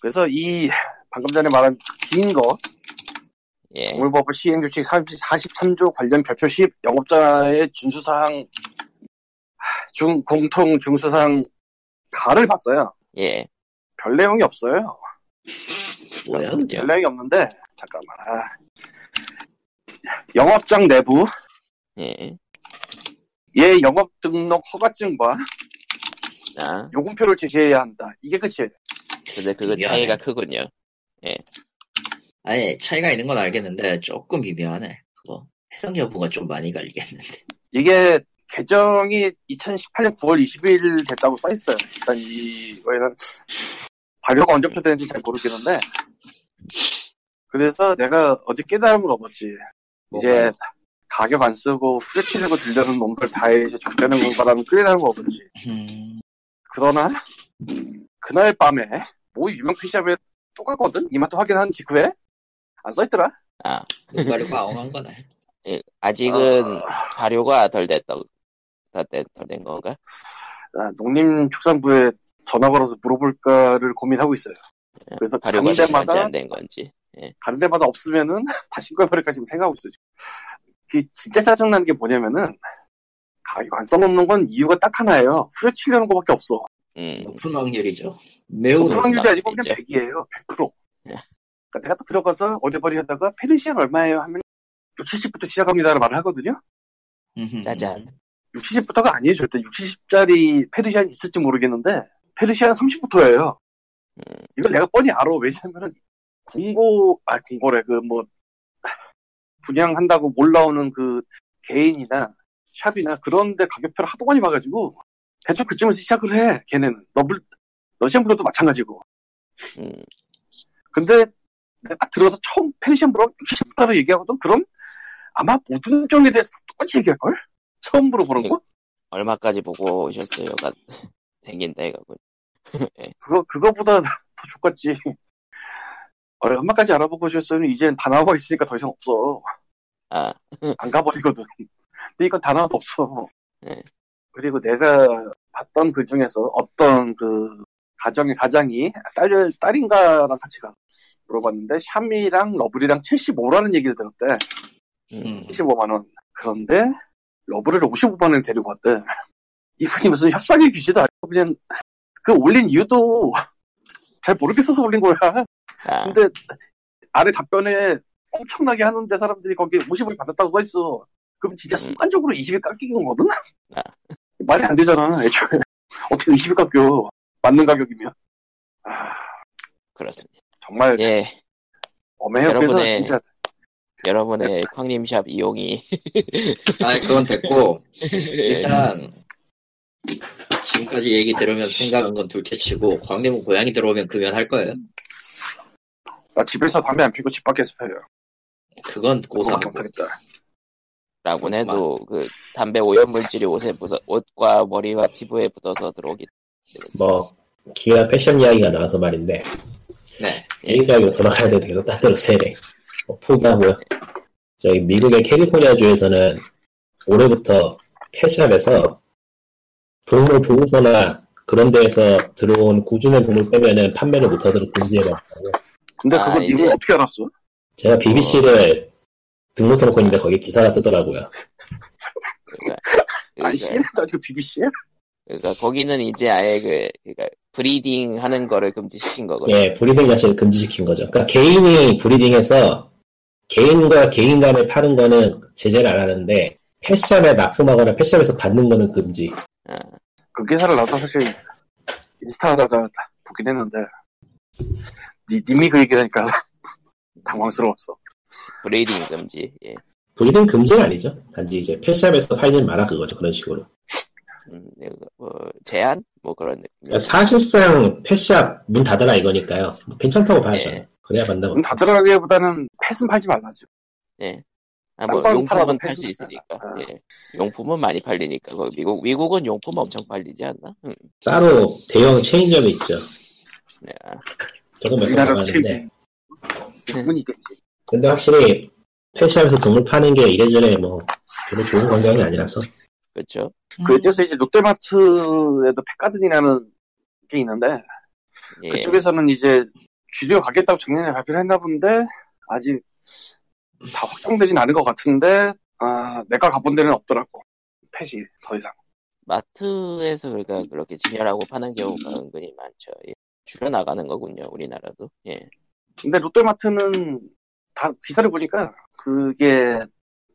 Speaker 2: 그래서 이 방금 전에 말한 긴거
Speaker 1: 예.
Speaker 2: 동물보호법 시행규칙 43조 관련 별표 10 영업자의 준수사항 중 공통 준수사항 가를 봤어요.
Speaker 1: 예.
Speaker 2: 별 내용이 없어요.
Speaker 3: 뭐야
Speaker 2: 별
Speaker 1: 예.
Speaker 3: 그죠
Speaker 2: 내용이 없는데 잠깐만. 아. 영업장 내부
Speaker 1: 예.
Speaker 2: 예 영업 등록 허가증과
Speaker 1: 아,
Speaker 2: 요금표를 제시해야 한다. 이게 끝이에요.
Speaker 1: 근데 그거
Speaker 3: 미안해.
Speaker 1: 차이가 크군요.
Speaker 3: 아니 차이가 있는 건 알겠는데 조금 미묘하네 그거 해석 여부가 좀 많이 갈리겠는데
Speaker 2: 이게 개정이 2018년 9월 20일 됐다고 써 있어요. 일단 이거에는 발효가 언제부터 되는지 잘 모르겠는데 그래서 내가 어제 깨달음을 얻었지. 이제
Speaker 3: 뭐가요?
Speaker 2: 가격 안 쓰고 후려치려고 들려는 놈들 다 이제 적대는 건가라는 깨달음을 얻었지.
Speaker 3: 음,
Speaker 2: 그러나 그날 밤에 뭐 유명 피샵에 또 갔거든? 이마트 확인한 직후에 안 써있더라.
Speaker 1: 아,
Speaker 3: 뭔가를 과엉한 거네
Speaker 1: 예. 아직은
Speaker 2: 어.
Speaker 1: 발효가 덜 됐다, 덜된 건가?
Speaker 2: 아, 농림축산부에 전화 걸어서 물어볼까를 고민하고 있어요. 그래서 가는
Speaker 1: 예, 발효가 된 건지
Speaker 2: 데마다
Speaker 1: 안 된 건지.
Speaker 2: 가는 데마다 없으면은 다 신고해버릴까 지금 생각하고 있어요. 그 진짜 짜증나는 게 뭐냐면은 가격 안 써먹는 건 이유가 딱 하나예요. 후려치려는 것밖에 없어.
Speaker 1: 음,
Speaker 3: 높은 확률이죠 매우
Speaker 2: 그런
Speaker 3: 높은
Speaker 1: 확률.
Speaker 2: 확률이 아니고 그냥
Speaker 1: 이제.
Speaker 2: 100이에요. 100%.
Speaker 1: 예.
Speaker 2: 그러니까 내가 딱 들어가서 어디버리 하다가 페르시안 얼마예요 하면 6, 70부터 시작합니다라고 말을 하거든요.
Speaker 3: 확률.
Speaker 1: 짜잔.
Speaker 2: 6, 70부터가 아니에요. 절대 6, 70짜리 페르시안이 있을지 모르겠는데 페르시안 30부터예요. 이걸 내가 뻔히 알아. 왜냐면은 공고 아 공고래 그 뭐 분양한다고 몰라오는 그 개인이나 샵이나 그런데 가격표를 하도 많이 봐가지고 대충 그쯤에서 시작을 해. 걔네는 너블 러시안 블루도 마찬가지고.
Speaker 1: 음.
Speaker 2: 근데 내가 딱 들어서 처음 페르시안 블루 60달러 얘기하거든. 그럼 아마 모든 종에 대해서 똑같이 얘기할 걸. 처음 물어보는 거.
Speaker 1: 얼마까지 보고 오셨어요가 생긴다 이거군.
Speaker 2: 그거 그거보다 더 좋겠지. 얼마까지 알아보고 오셨으면 이젠 다 나와 있으니까 더 이상 없어.
Speaker 1: 아,
Speaker 2: 안 가버리거든. 근데 이건 다 나와도 없어.
Speaker 1: 네.
Speaker 2: 그리고 내가 봤던 그 중에서 어떤 그 가정의 가장이 딸 딸인가랑 같이 가서 물어봤는데 샴이랑 러블이랑 75라는 얘기를 들었대.
Speaker 3: 음.
Speaker 2: 75만 원. 그런데 러브를 55만 원에 데리고 왔대. 이분이 무슨 협상의 규제도 아니고 그냥 그 올린 이유도 잘 모르겠어서 올린 거야.
Speaker 1: 아,
Speaker 2: 근데 아래 답변에 엄청나게 하는데 사람들이 거기에 50을 받았다고 써 있어. 그럼 진짜 순간적으로 20이 깎인 거거든?
Speaker 1: 네. 아.
Speaker 2: 말이 안 되잖아, 애초에. 어떻게 20이 깎여. 맞는 가격이면. 아,
Speaker 1: 그렇습니다.
Speaker 2: 정말
Speaker 1: 예,
Speaker 2: 엄해요. 그래서
Speaker 1: 여러분의
Speaker 2: 진짜
Speaker 3: 네.
Speaker 1: 여러분의 쾅님샵 이용이
Speaker 3: 아 그건 됐고
Speaker 1: 예,
Speaker 3: 일단 지금까지 얘기 들으면 생각한 건 둘째치고 광림은 고양이 들어오면 금연할 거예요.
Speaker 2: 나 집에서 담배 안 피고 집 밖에서 펴요.
Speaker 3: 그건
Speaker 2: 그거
Speaker 3: 고사하고
Speaker 2: 못하겠다.
Speaker 1: 라고 해도 그 담배 오염 물질이 옷에 묻어 옷과 머리와 피부에 묻어서 들어오기.
Speaker 4: 뭐 기왕 패션 이야기가 나와서 말인데 뭐
Speaker 3: 네
Speaker 4: 얘기가 이거 돌아가야 돼 계속 딴 데로 세네 뭐 포기하고요. 저기 미국의 캘리포니아주에서는 올해부터 펫샵에서 동물 보호소나 그런 데에서 들어온 9주년 동물 빼면은 판매를 못하도록 금지해놨다고요.
Speaker 2: 근데
Speaker 1: 아,
Speaker 2: 그거
Speaker 1: 이제-
Speaker 2: 님은 어떻게 알았어?
Speaker 4: 제가 BBC를 등록해놓고 있는데 거기 기사가 뜨더라고요.
Speaker 1: 그러니까,
Speaker 2: 아니
Speaker 1: 그러니까,
Speaker 2: CNN 아니고 BBC? 야?
Speaker 1: 그러니까 거기는 이제 아예 그 그러니까 브리딩 하는 거를 금지시킨 거거든요.
Speaker 4: 예, 브리딩 자체를 금지시킨 거죠. 그러니까 개인이 브리딩해서 개인과 개인 간에 파는 거는 제재를 안 하는데 펫샵에 납품하거나 펫샵에서 받는 거는 금지.
Speaker 2: 그 기사를 나도 사실 인스타 하다가 보긴 했는데 니, 님이 그 얘기하니까 당황스러웠어.
Speaker 1: 브리딩 금지. 예.
Speaker 4: 브리딩 금지는 아니죠. 단지 이제 펫샵에서 팔지 마라 그거죠. 그런 식으로.
Speaker 1: 음, 이거 뭐 제한 뭐 그런 느낌.
Speaker 4: 그러니까 사실상 펫샵 문 닫아라 이거니까요. 뭐 괜찮다고 봐야죠.
Speaker 1: 예.
Speaker 4: 그래야 만나고.
Speaker 2: 그럼 다들어가기보다는 펫은 팔지 말라지.
Speaker 1: 아, 뭐
Speaker 2: 빵빵
Speaker 1: 용품은
Speaker 2: 팔아도
Speaker 1: 팔 수
Speaker 2: 팔지.
Speaker 1: 있으니까.
Speaker 2: 아.
Speaker 1: 예. 용품은 많이 팔리니까. 거기 미국 미국은 용품 엄청 팔리지 않나? 음.
Speaker 4: 따로 대형 체인점이 있죠.
Speaker 1: 예.
Speaker 4: 저도 몇번
Speaker 2: 우리나라에서
Speaker 4: 가봤는데.
Speaker 2: 최고. 그분이 있겠지.
Speaker 4: 근데 확실히 펫샵에서 동물 파는 게 이래저래 뭐 별로 좋은 광경이 아니라서.
Speaker 1: 그렇죠.
Speaker 2: 그래서 이제 롯데마트에도 펫가든이라는 게 있는데
Speaker 1: 예.
Speaker 2: 그쪽에서는 이제 주류 가겠다고 작년에 발표를 했나 본데 아직 다 확정되진 않은 것 같은데 아 내가 가본 데는 없더라고 펫이 더 이상
Speaker 1: 마트에서 그러니까 그렇게 진열하고 파는 경우가 은근히 많죠. 예. 줄여 나가는 거군요, 우리나라도. 예.
Speaker 2: 근데 롯데마트는 다 기사를 보니까 그게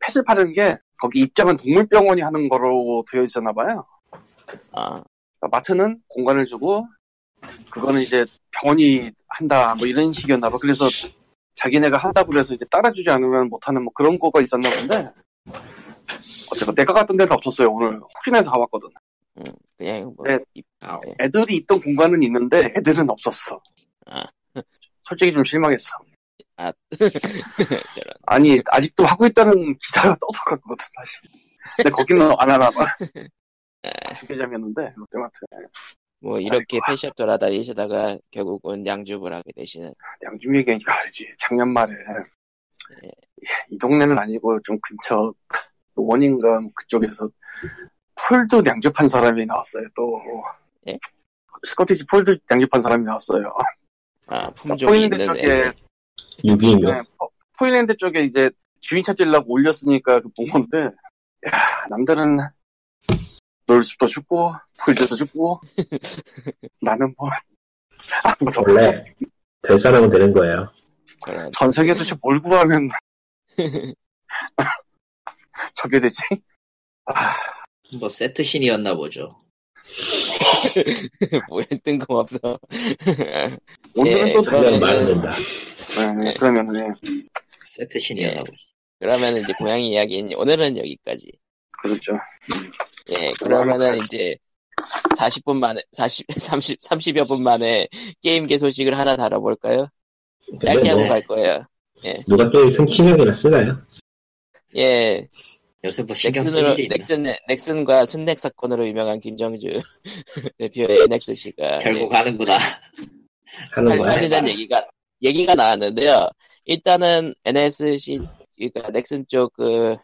Speaker 2: 펫을 파는 게 거기 입장은 동물병원이 하는 거로 되어 있었나 봐요
Speaker 1: 아,
Speaker 2: 그러니까 마트는 공간을 주고 그거는 이제 병원이 한다 뭐 이런 식이었나 봐 그래서 자기네가 한다고 그래서 이제 따라주지 않으면 못하는 뭐 그런 거가 있었나 본데 어쨌건 내가 갔던 데는 없었어요 오늘 혹시나 해서 가봤거든
Speaker 1: 그냥 뭐
Speaker 2: 네.
Speaker 1: 입-
Speaker 3: 아우.
Speaker 1: 예.
Speaker 2: 애들이 있던 공간은 있는데 애들은 없었어
Speaker 1: 아.
Speaker 2: 솔직히 좀 실망했어
Speaker 1: 아. 저런.
Speaker 2: 아니 아직도 하고 있다는 기사가 떠서 갔거든 사실 근데 거기는 안 하나 봐
Speaker 1: 아.
Speaker 2: 아, 네. 주계장이었는데 롯데마트
Speaker 1: 뭐 이렇게 펫샵 돌아다니시다가 결국은 양주를 하게 되시는
Speaker 2: 양중 얘기하니까 그러지. 작년 말에
Speaker 1: 예.
Speaker 2: 이 동네는 아니고 좀 근처 그 노원인가 그쪽에서 폴드 양접한 사람이 나왔어요. 또
Speaker 1: 예?
Speaker 2: 스코티시 폴드 양접한 사람이 나왔어요.
Speaker 1: 아, 품종이
Speaker 2: 포인랜드
Speaker 1: 있는
Speaker 2: 쪽에
Speaker 1: 애.
Speaker 4: 유기인묘.
Speaker 2: 네, 포- 포인랜드 쪽에 이제 주인 찾으려고 올렸으니까 그 봉헌데 야 남들은 놀 숲도 죽고 폴드도 죽고 나는 뭐 아무것도 뭐 없고
Speaker 4: 원래 될 사람은 되는 거예요.
Speaker 1: 저런.
Speaker 2: 전 세계에서 지금 뭘 구하면 저게 되지?
Speaker 3: 뭐 세트 신이었나 보죠.
Speaker 1: 뭐야 뜬금없어.
Speaker 2: 오늘은
Speaker 1: 예,
Speaker 2: 또
Speaker 1: 그러면은-
Speaker 4: 그냥 말은 된다. 예.
Speaker 2: 네, 그러면 네.
Speaker 3: 세트
Speaker 1: 예.
Speaker 3: 신이었나 보지.
Speaker 1: 그러면 이제 고양이 이야기는 오늘은 여기까지.
Speaker 2: 그렇죠.
Speaker 1: 예, 그러면은 이제 40분 만에 40 30 30여 분 만에 게임계 소식을 하나 다뤄볼까요? 짧게
Speaker 3: 네.
Speaker 4: 근데
Speaker 1: 하고
Speaker 4: 뭐
Speaker 1: 갈 거예요.
Speaker 4: 누가 게임 생킹형이라 쓰나요?
Speaker 1: 예,
Speaker 3: 요새 뭐 신경 쓸
Speaker 1: 넥슨으로
Speaker 3: 일이 있나?
Speaker 1: 넥슨 넥슨과 순넥 사건으로 유명한 김정주 네, 대표의 NX 씨가 예.
Speaker 3: 결국 하는구나.
Speaker 4: 하는 거야?
Speaker 1: 관련된 얘기가 얘기가 나왔는데요. 일단은 NSC 그러니까 넥슨 쪽그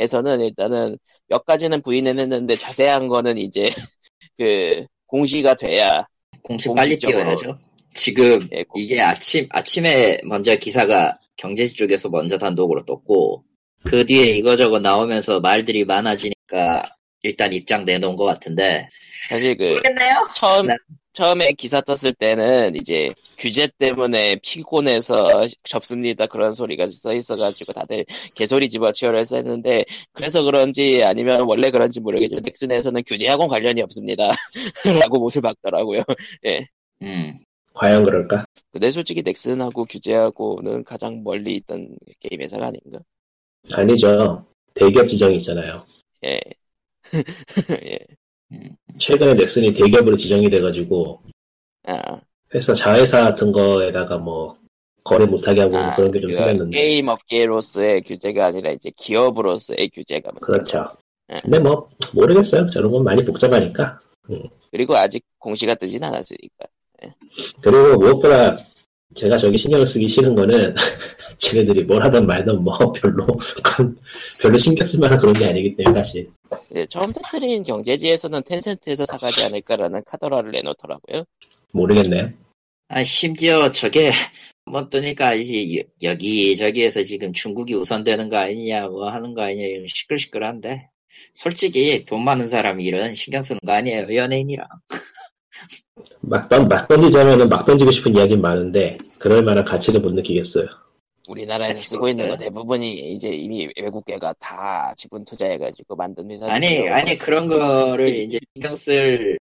Speaker 1: 에서는 일단은 몇 가지는 부인은 했는데 자세한 거는 이제 그 공시가 돼야
Speaker 3: 공식 빨리
Speaker 1: 공식적으로.
Speaker 3: 띄워야죠. 지금
Speaker 1: 예, 고-
Speaker 3: 이게 아침 아침에 먼저 기사가 경제지 쪽에서 먼저 단독으로 떴고 그 뒤에 이거저거 나오면서 말들이 많아지니까 일단 입장 내놓은 것 같은데
Speaker 1: 사실 그
Speaker 3: 모르겠네요.
Speaker 1: 처음
Speaker 3: 네.
Speaker 1: 처음에 기사 떴을 때는 이제 규제 때문에 피곤해서 접습니다 그런 소리가 써 있어가지고 다들 개소리 집어치워서 했는데 그래서 그런지 아니면 원래 그런지 모르겠지만 넥슨에서는 규제하고 관련이 없습니다라고 못을 박더라고요.
Speaker 3: 음
Speaker 4: 과연 그럴까?
Speaker 1: 근데 솔직히 넥슨하고 규제하고는 가장 멀리 있던 게임 회사가 아닌가?
Speaker 4: 아니죠. 대기업 지정이 있잖아요.
Speaker 1: 예. 예.
Speaker 4: 최근에 넥슨이 대기업으로 지정이 돼가지고
Speaker 1: 아,
Speaker 4: 회사 자회사 같은 거에다가 뭐 거래 못하게 하고
Speaker 1: 아,
Speaker 4: 그런 게 좀
Speaker 1: 그러니까
Speaker 4: 생겼는데
Speaker 1: 게임 업계로서의 규제가 아니라 이제 기업으로서의 규제가 문제인
Speaker 4: 그렇죠.
Speaker 1: 네.
Speaker 4: 근데 뭐 모르겠어요. 저런 건 많이 복잡하니까.
Speaker 1: 그리고 아직 공시가 뜨진 않았으니까.
Speaker 4: 그리고 무엇보다 제가 저기 신경을 쓰기 싫은 거는 지네들이 뭘 하든 말든 뭐 별로 그건 별로 신경 쓸 만한 그런 게 아니기 때문에 사실
Speaker 1: 예, 처음 터트린 경제지에서는 텐센트에서 사가지 않을까라는 카더라를 내놓더라고요.
Speaker 4: 모르겠네요.
Speaker 3: 아, 심지어 저게 한번 뜨니까 이제 여- 여기저기에서 지금 중국이 우선되는 거 아니냐 뭐 하는 거 아니냐 이런 시끌시끌한데 솔직히 돈 많은 사람이 이런 신경 쓰는 거 아니에요 연예인이랑
Speaker 4: 막, 던, 막 던지자면은 막 던지고 싶은 이야기는 많은데 그럴 만한 가치를 못 느끼겠어요.
Speaker 1: 우리나라에서
Speaker 3: 가치가
Speaker 1: 쓰고 있는 거
Speaker 3: 없어요.
Speaker 1: 대부분이 이제 이미 외국계가 다 지분 투자해가지고 만든 회사.
Speaker 3: 아니 아니 그런 거를 이제 신경 쓸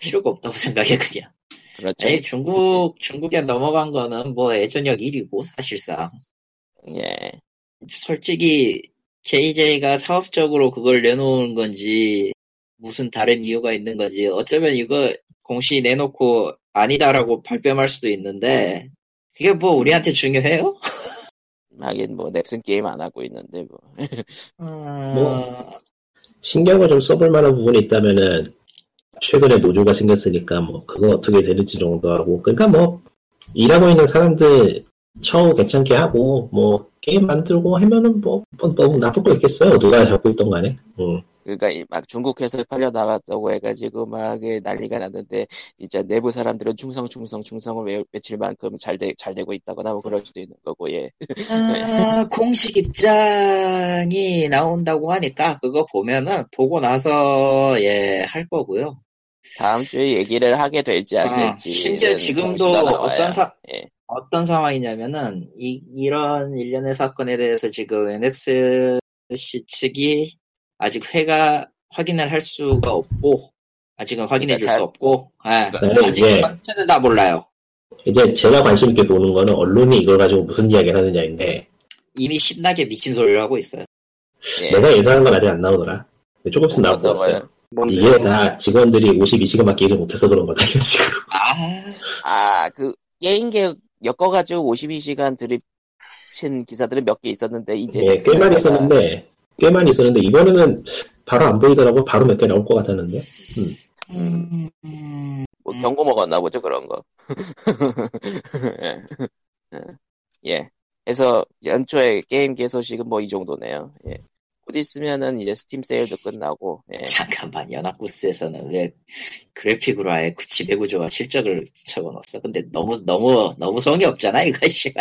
Speaker 3: 필요가 없다고 생각해 그냥
Speaker 1: 그렇죠.
Speaker 3: 아니 중국 중국에 넘어간 거는 뭐 예전역 1위고 사실상
Speaker 1: 예.
Speaker 3: 솔직히 JJ가 사업적으로 그걸 내놓은 건지 무슨 다른 이유가 있는 건지 어쩌면 이거 공시 내놓고 아니다라고 발뺌할 수도 있는데 그게 뭐 우리한테 중요해요?
Speaker 1: 하긴 뭐 넥슨 게임 안 하고 있는데 뭐.
Speaker 3: 음. 뭐
Speaker 4: 신경을 좀 써볼 만한 부분이 있다면은 최근에 노조가 생겼으니까 뭐 그거 어떻게 되는지 정도 하고 그러니까 뭐 일하고 있는 사람들 처우 괜찮게 하고 뭐 게임 만들고 하면은 뭐, 뭐 너무 나쁠 거 있겠어요 누가 잡고 있던 간에 음.
Speaker 1: 그러니까 이막 중국 회사에 팔려 나갔다고 해가지고 막 이게 난리가 났는데 이제 내부 사람들은 충성 충성 충성을 외, 외칠 만큼 잘되 잘 되고 있다거나 뭐 그럴 수도 있는 거고 예.
Speaker 3: 아, 공식 입장이 나온다고 하니까 그거 보면은 보고 나서 예 할 거고요.
Speaker 1: 다음 주에 얘기를 하게 될지 안
Speaker 3: 아,
Speaker 1: 될지.
Speaker 3: 심지어 지금도 어떤 사,
Speaker 1: 예.
Speaker 3: 어떤 상황이냐면은 이, 이런 일련의 사건에 대해서 지금 NXC 측이 아직 회가 확인을 할 수가 없고 아직은 확인해 줄
Speaker 1: 그러니까 잘-
Speaker 3: 수 없고 예.
Speaker 4: 그러니까
Speaker 3: 아직
Speaker 4: 이게-
Speaker 3: 전체는 다 몰라요
Speaker 4: 이제 제가 관심 있게 보는 거는 언론이 이걸 가지고 무슨 이야기를 하느냐인데
Speaker 3: 이미 신나게 미친 소리를 하고 있어요
Speaker 1: 예.
Speaker 4: 내가 예상한 건 아직 안 나오더라 근데 조금씩 나올 것
Speaker 1: 어떤 거요?
Speaker 4: 같아요
Speaker 2: 뭔데?
Speaker 4: 이게 다 직원들이 52시간밖에 일을 못해서 그런 거다 이런 식으로
Speaker 3: 아
Speaker 1: 아, 그, 게임계 엮어가지고 52시간 드립친 기사들은 몇 개 있었는데, 이제.
Speaker 4: 예, 꽤 많이 있었는데 꽤 많이 있었는데 이번에는 바로 안 보이더라고 바로 몇 개 나올 것 같았는데
Speaker 1: 음.
Speaker 3: 음,
Speaker 1: 뭐 경고 먹었나 보죠, 그런 거. 예. 그래서 연초에 게임계 소식은 뭐 이 정도네요. 예. 곧 있으면은 이제 스팀 세일도 끝나고, 예.
Speaker 3: 잠깐만 연합부스에서는 왜 그래픽으로 아예 9,900조와 실적을 적어놨어 근데 너무 너무 너무 성의 없잖아 이거 씨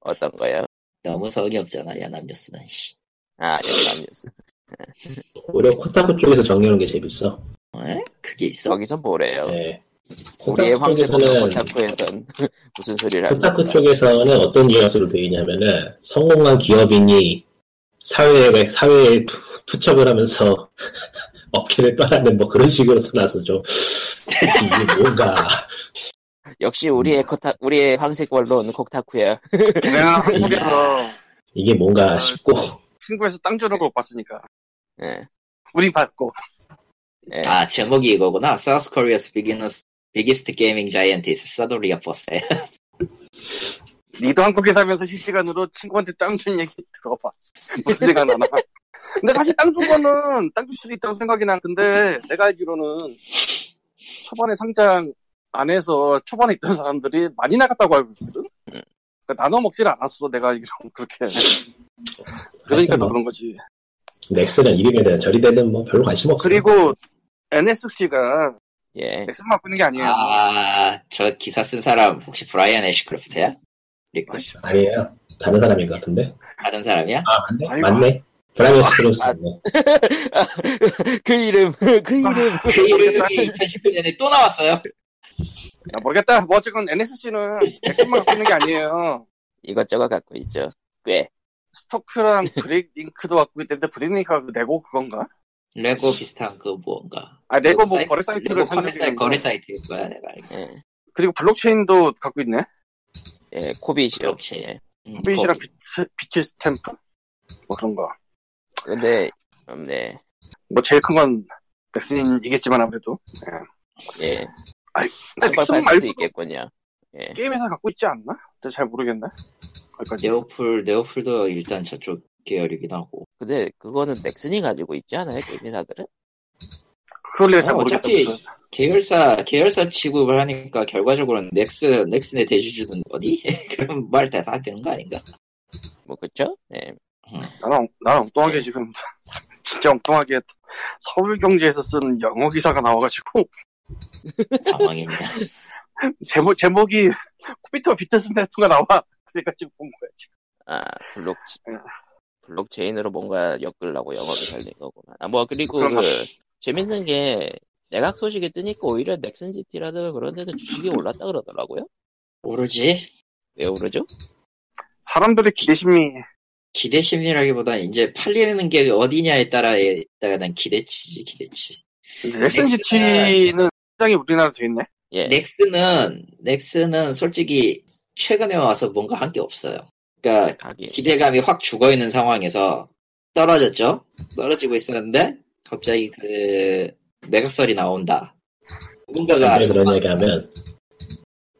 Speaker 1: 어떤 거요?
Speaker 3: 너무 성의 없잖아 연합뉴스는 씨
Speaker 1: 아, 연합 뉴스.
Speaker 4: 오히려 코타쿠 쪽에서 정리하는 게 재밌어
Speaker 3: 에? 그게 있어?
Speaker 1: 거기선 뭐래요?
Speaker 4: 예.
Speaker 1: 우리의
Speaker 4: 코타쿠
Speaker 1: 황새보다
Speaker 4: 쪽에서는
Speaker 1: 코타쿠에선 무슨 소리를 하는
Speaker 4: 코타쿠
Speaker 1: 건가?
Speaker 4: 쪽에서는 어떤 뉘앙스로 보이냐면은 성공한 기업인이 사회에 사회에 투, 투척을 하면서 업계를 떠나는 뭐 그런 식으로 써놔서 좀 이게 뭔가
Speaker 1: 역시 우리의 코타, 우리의 황색 원로는 코타쿠야.
Speaker 2: 내가 한국에서
Speaker 4: 이게 뭔가 싶고
Speaker 2: 친구에서 땅 주는 걸 못 봤으니까.
Speaker 1: 예.
Speaker 2: 우린 봤고.
Speaker 1: 예.
Speaker 3: 아 제목이 이거구나. South Korea's biggest, biggest gaming giant is Sadoria Force.
Speaker 2: 니도 한국에 살면서 실시간으로 친구한테 땅 준 얘기 들어봐. 무슨 생각 나나. 근데 사실 땅 준 거는 땅 줄 수도 있다고 생각이 난 근데 내가 알기로는 초반에 상장 안에서 초반에 있던 사람들이 많이 나갔다고 알고 있거든? 그러니까 나눠 먹질 않았어, 내가 알기로는 그렇게. 그러니까 더
Speaker 4: 뭐.
Speaker 2: 그런 거지.
Speaker 4: 넥슨은 이름에 대한 절이 되든 뭐 별로 관심 없어
Speaker 2: 그리고 NSC가
Speaker 1: 예.
Speaker 2: 넥슨 맡고 있는 게 아니에요.
Speaker 3: 아저 기사 쓴 사람 혹시 브라이언 애쉬크로프트야? 리크 그
Speaker 2: 아씨,
Speaker 4: 아니에요 다른 사람인 것 같은데
Speaker 3: 다른 사람이야?
Speaker 4: 아 맞네
Speaker 2: 아이고.
Speaker 4: 맞네 브라이언 스프로스 뭐
Speaker 1: 아,
Speaker 4: 맞네
Speaker 1: 그 이름, 그
Speaker 2: 아.
Speaker 1: 이름.
Speaker 3: 그 이름이 2019년에 또 나왔어요.
Speaker 2: 나 모르겠다. 뭐 어쨌건 NSC는 넥슨만 갖고 있는 게 아니에요.
Speaker 1: 이것저것 갖고 있죠. 꽤.
Speaker 2: 스토크랑 브레이크도 갖고 있던데 브레이크가 레고 그건가?
Speaker 3: 레고 비슷한 그 무언가.
Speaker 2: 아 레고 뭐
Speaker 3: 사이트-
Speaker 2: 거래 사이트를
Speaker 3: 레고 거래 사이트
Speaker 2: 상대적인
Speaker 3: 거래 사이트일 거야 내가. 알기로.
Speaker 1: 예.
Speaker 2: 그리고 블록체인도 갖고 있네.
Speaker 1: 예, 코빗이요.
Speaker 3: 그렇지.
Speaker 1: 예.
Speaker 3: 음,
Speaker 2: 호빈이랑
Speaker 3: 어, 거기.
Speaker 2: 비트, 비트 스탬프 뭐 그런 거.
Speaker 1: 근데, 음, 네.
Speaker 2: 뭐 제일 큰 건 넥슨이겠지만 아무래도.
Speaker 1: 예.
Speaker 3: 아,
Speaker 2: 근데
Speaker 1: 한벌
Speaker 2: 넥슨
Speaker 1: 팔 수도
Speaker 2: 말고
Speaker 1: 있겠군요.
Speaker 2: 게임회사 갖고 있지 않나? 근데 잘 모르겠네. 거기까지.
Speaker 3: 네오플 네오플도 일단 저쪽 계열이긴 하고.
Speaker 1: 근데 그거는 넥슨이 가지고 있지 않아요? 게임 회사들은?
Speaker 2: 그걸 내가 잘
Speaker 3: 어,
Speaker 2: 모르겠다.
Speaker 3: 어차피
Speaker 2: 무슨.
Speaker 3: 계열사 계열사 취급을 하니까 결과적으로는 넥슨 넥슨의 대주주는 어디? 그럼 말다 다 되는 거 아닌가?
Speaker 1: 뭐 그쵸? 예.
Speaker 2: 나는, 엉- 나는
Speaker 3: 네.
Speaker 2: 엉뚱하게 지금, 진짜 엉뚱하게 서울경제에서 쓴 영어 기사가 나와가지고,
Speaker 3: 당황했냐?
Speaker 2: 제목, 제목이 컴퓨터 비트스매프가 나와. 그러니까 지금 본 거야, 지금.
Speaker 1: 아 블록 블록체인으로 뭔가 엮으려고 영업을 살린 거구나. 아 뭐 그리고
Speaker 2: 그런가?
Speaker 1: 그 재밌는 게 내각 소식이 뜨니까 오히려 넥슨 GT라든가 그런 데는 주식이 올랐다 그러더라고요.
Speaker 3: 모르지.
Speaker 1: 왜 오르죠?
Speaker 2: 사람들의 기대심이,
Speaker 3: 기대 심리라기보다 이제 팔리는 게 어디냐에 따라에 따른 기대치지 기대치.
Speaker 1: 네,
Speaker 2: SNGT는 굉장히 우리나라 돼 있네.
Speaker 1: 예.
Speaker 3: 넥슨은 넥슨은 솔직히 최근에 와서 뭔가 한 게 없어요. 그러니까
Speaker 1: 가게.
Speaker 3: 기대감이 확 죽어 있는 상황에서 떨어졌죠. 떨어지고 있었는데 갑자기 그 매각설이 나온다. 누군가가
Speaker 4: 왜 아, 그런 이야기 하면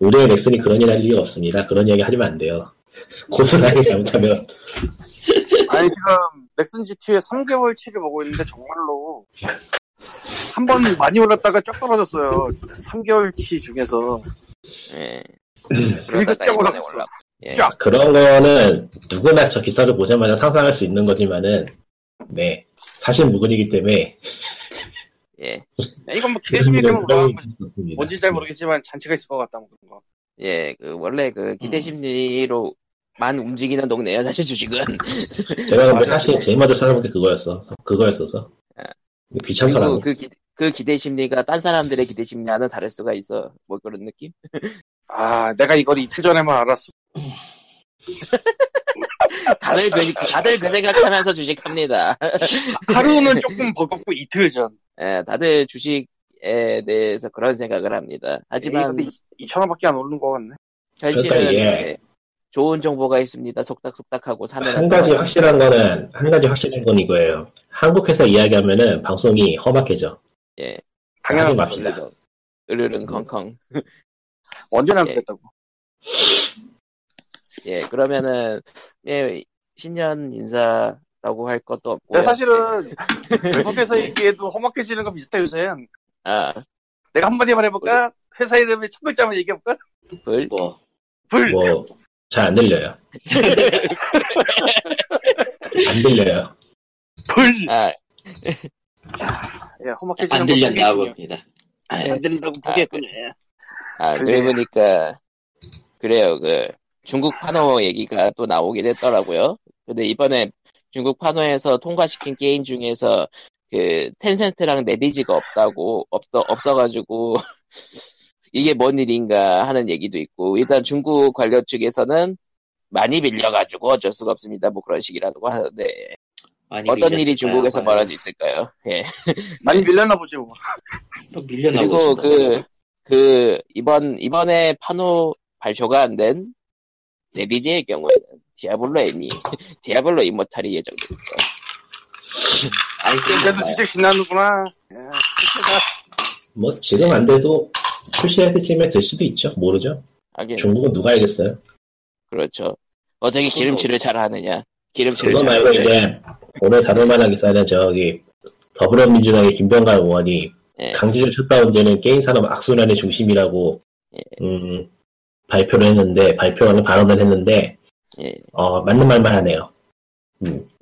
Speaker 4: 우리의 넥슨이 그런 일 할 이유 없습니다. 그런 이야기 하시면 안 돼요. 고스란히 잘못하면
Speaker 2: 아니, 지금 넥슨GT에 3개월치를 보고 있는데, 정말로. 한 번 많이 올랐다가 쫙 떨어졌어요. 3개월치 중에서.
Speaker 1: 예.
Speaker 2: 그러니까 쫙 올라갔어.
Speaker 1: 올랐고. 예.
Speaker 2: 쫙.
Speaker 4: 그런 거는 누구나 저 기사를 보자마자 상상할 수 있는 거지만은 네 사실 무근이기 때문에
Speaker 1: 예.
Speaker 2: 이건 뭐 기대심이 되면 올라간 거지.
Speaker 4: 있었습니다.
Speaker 2: 뭔지 잘 모르겠지만 잔치가 있을 것 같다 뭐 그런 거.
Speaker 1: 예. 그 원래 그
Speaker 4: 음.
Speaker 1: 기대 심리로만 움직이는 동네야 사실 주식은.
Speaker 4: 제가 근데
Speaker 2: 맞아요.
Speaker 4: 사실 제일 먼저 찾아본 게 그거였어. 그거였어서
Speaker 1: 그리고
Speaker 4: 귀찮더라고.
Speaker 1: 그 기대 그 기대 심리가 딴 사람들의 기대 심리와는 다를 수가 있어. 뭐 그런 느낌?
Speaker 2: 아 내가 이걸 이틀 전에만 알았어.
Speaker 1: 다들 그, 다들 그 생각하면서 주식합니다.
Speaker 2: 하루는 조금 버겁고 이틀 전.
Speaker 1: 예, 다들 주식에 대해서 그런 생각을 합니다. 하지만
Speaker 2: 2천 원밖에 안 오르는 것 같네.
Speaker 1: 현실은
Speaker 4: 예, 그러니까 예.
Speaker 1: 이제 좋은 정보가 있습니다. 속닥속닥하고 사면
Speaker 4: 한
Speaker 1: 안
Speaker 4: 가지
Speaker 1: 돼요.
Speaker 4: 확실한 거는 한 가지 확실한 건 이거예요. 한국 회사 이야기하면은 방송이 험악해져.
Speaker 1: 예.
Speaker 2: 당연한
Speaker 4: 당연히 맙시다 음.
Speaker 1: 으르릉 컹컹.
Speaker 2: 언제나
Speaker 1: 예.
Speaker 2: 그랬다고.
Speaker 1: 예, 그러면은 예, 신년 인사라고 할 것도 없고.
Speaker 2: 근데 사실은
Speaker 1: 네.
Speaker 2: 외국에서 얘기해도 험악해지는 거 비슷해 요새는.
Speaker 1: 아,
Speaker 2: 내가 한마디만 해볼까? 회사 이름에 첫 글자만 얘기해볼까?
Speaker 1: 불.
Speaker 3: 뭐
Speaker 2: 불.
Speaker 4: 뭐 잘 안 들려요. 안 들려요.
Speaker 2: 불.
Speaker 1: 아,
Speaker 2: 예, 험악해지는
Speaker 3: 안
Speaker 2: 거
Speaker 3: 들렸나
Speaker 2: 보겠군요.
Speaker 3: 봅니다. 네.
Speaker 2: 예, 안 들린다고 예.
Speaker 1: 아,
Speaker 2: 보겠군요.
Speaker 1: 아,
Speaker 2: 그래요.
Speaker 1: 그래 보니까 그래요. 그 중국 파노 얘기가 또 나오긴 했더라고요. 근데 이번에 중국 파노에서 통과시킨 게임 중에서 그 텐센트랑 네비지가 없다고 없더 없어가지고 이게 뭔 일인가 하는 얘기도 있고 일단 중국 관련 측에서는 많이 밀려가지고 어쩔 수가 없습니다. 뭐 그런 식이라고 하는데
Speaker 3: 많이
Speaker 1: 어떤 일이
Speaker 3: 밀렸을까요? 아, 네.
Speaker 1: 중국에서
Speaker 3: 과연?
Speaker 1: 벌어질 수 있을까요? 예.
Speaker 2: 많이 밀렸나 보지 뭐.
Speaker 3: 또 밀려나
Speaker 1: 그리고
Speaker 3: 보신다.
Speaker 1: 그, 그, 이번, 이번에 파노 발표가 안 된 레비지의 경우에는 디아블로 이미, 디아블로 이모탈이 예정됩니다.
Speaker 3: 아니
Speaker 2: 그래도
Speaker 3: 그래도
Speaker 2: 진짜 신나는구나. 예.
Speaker 4: 뭐 지금 안 돼도 출시할 때쯤에 될 수도 있죠. 모르죠.
Speaker 1: 하긴,
Speaker 4: 중국은 누가 알겠어요.
Speaker 1: 그렇죠. 어떻게 기름칠을 잘 하느냐. 기름칠을
Speaker 4: 그거
Speaker 1: 잘
Speaker 4: 말고
Speaker 1: 하느냐.
Speaker 4: 이제 오늘 다룰 만한 기사는 저기 더불어민주당의 김병관 의원이
Speaker 1: 예.
Speaker 4: 강제적 셧다운 되는 게임 산업 악순환의 중심이라고
Speaker 1: 예.
Speaker 4: 음, 발표를 했는데 발표하는 발언을 했는데
Speaker 1: 예.
Speaker 4: 어, 맞는 말만 하네요.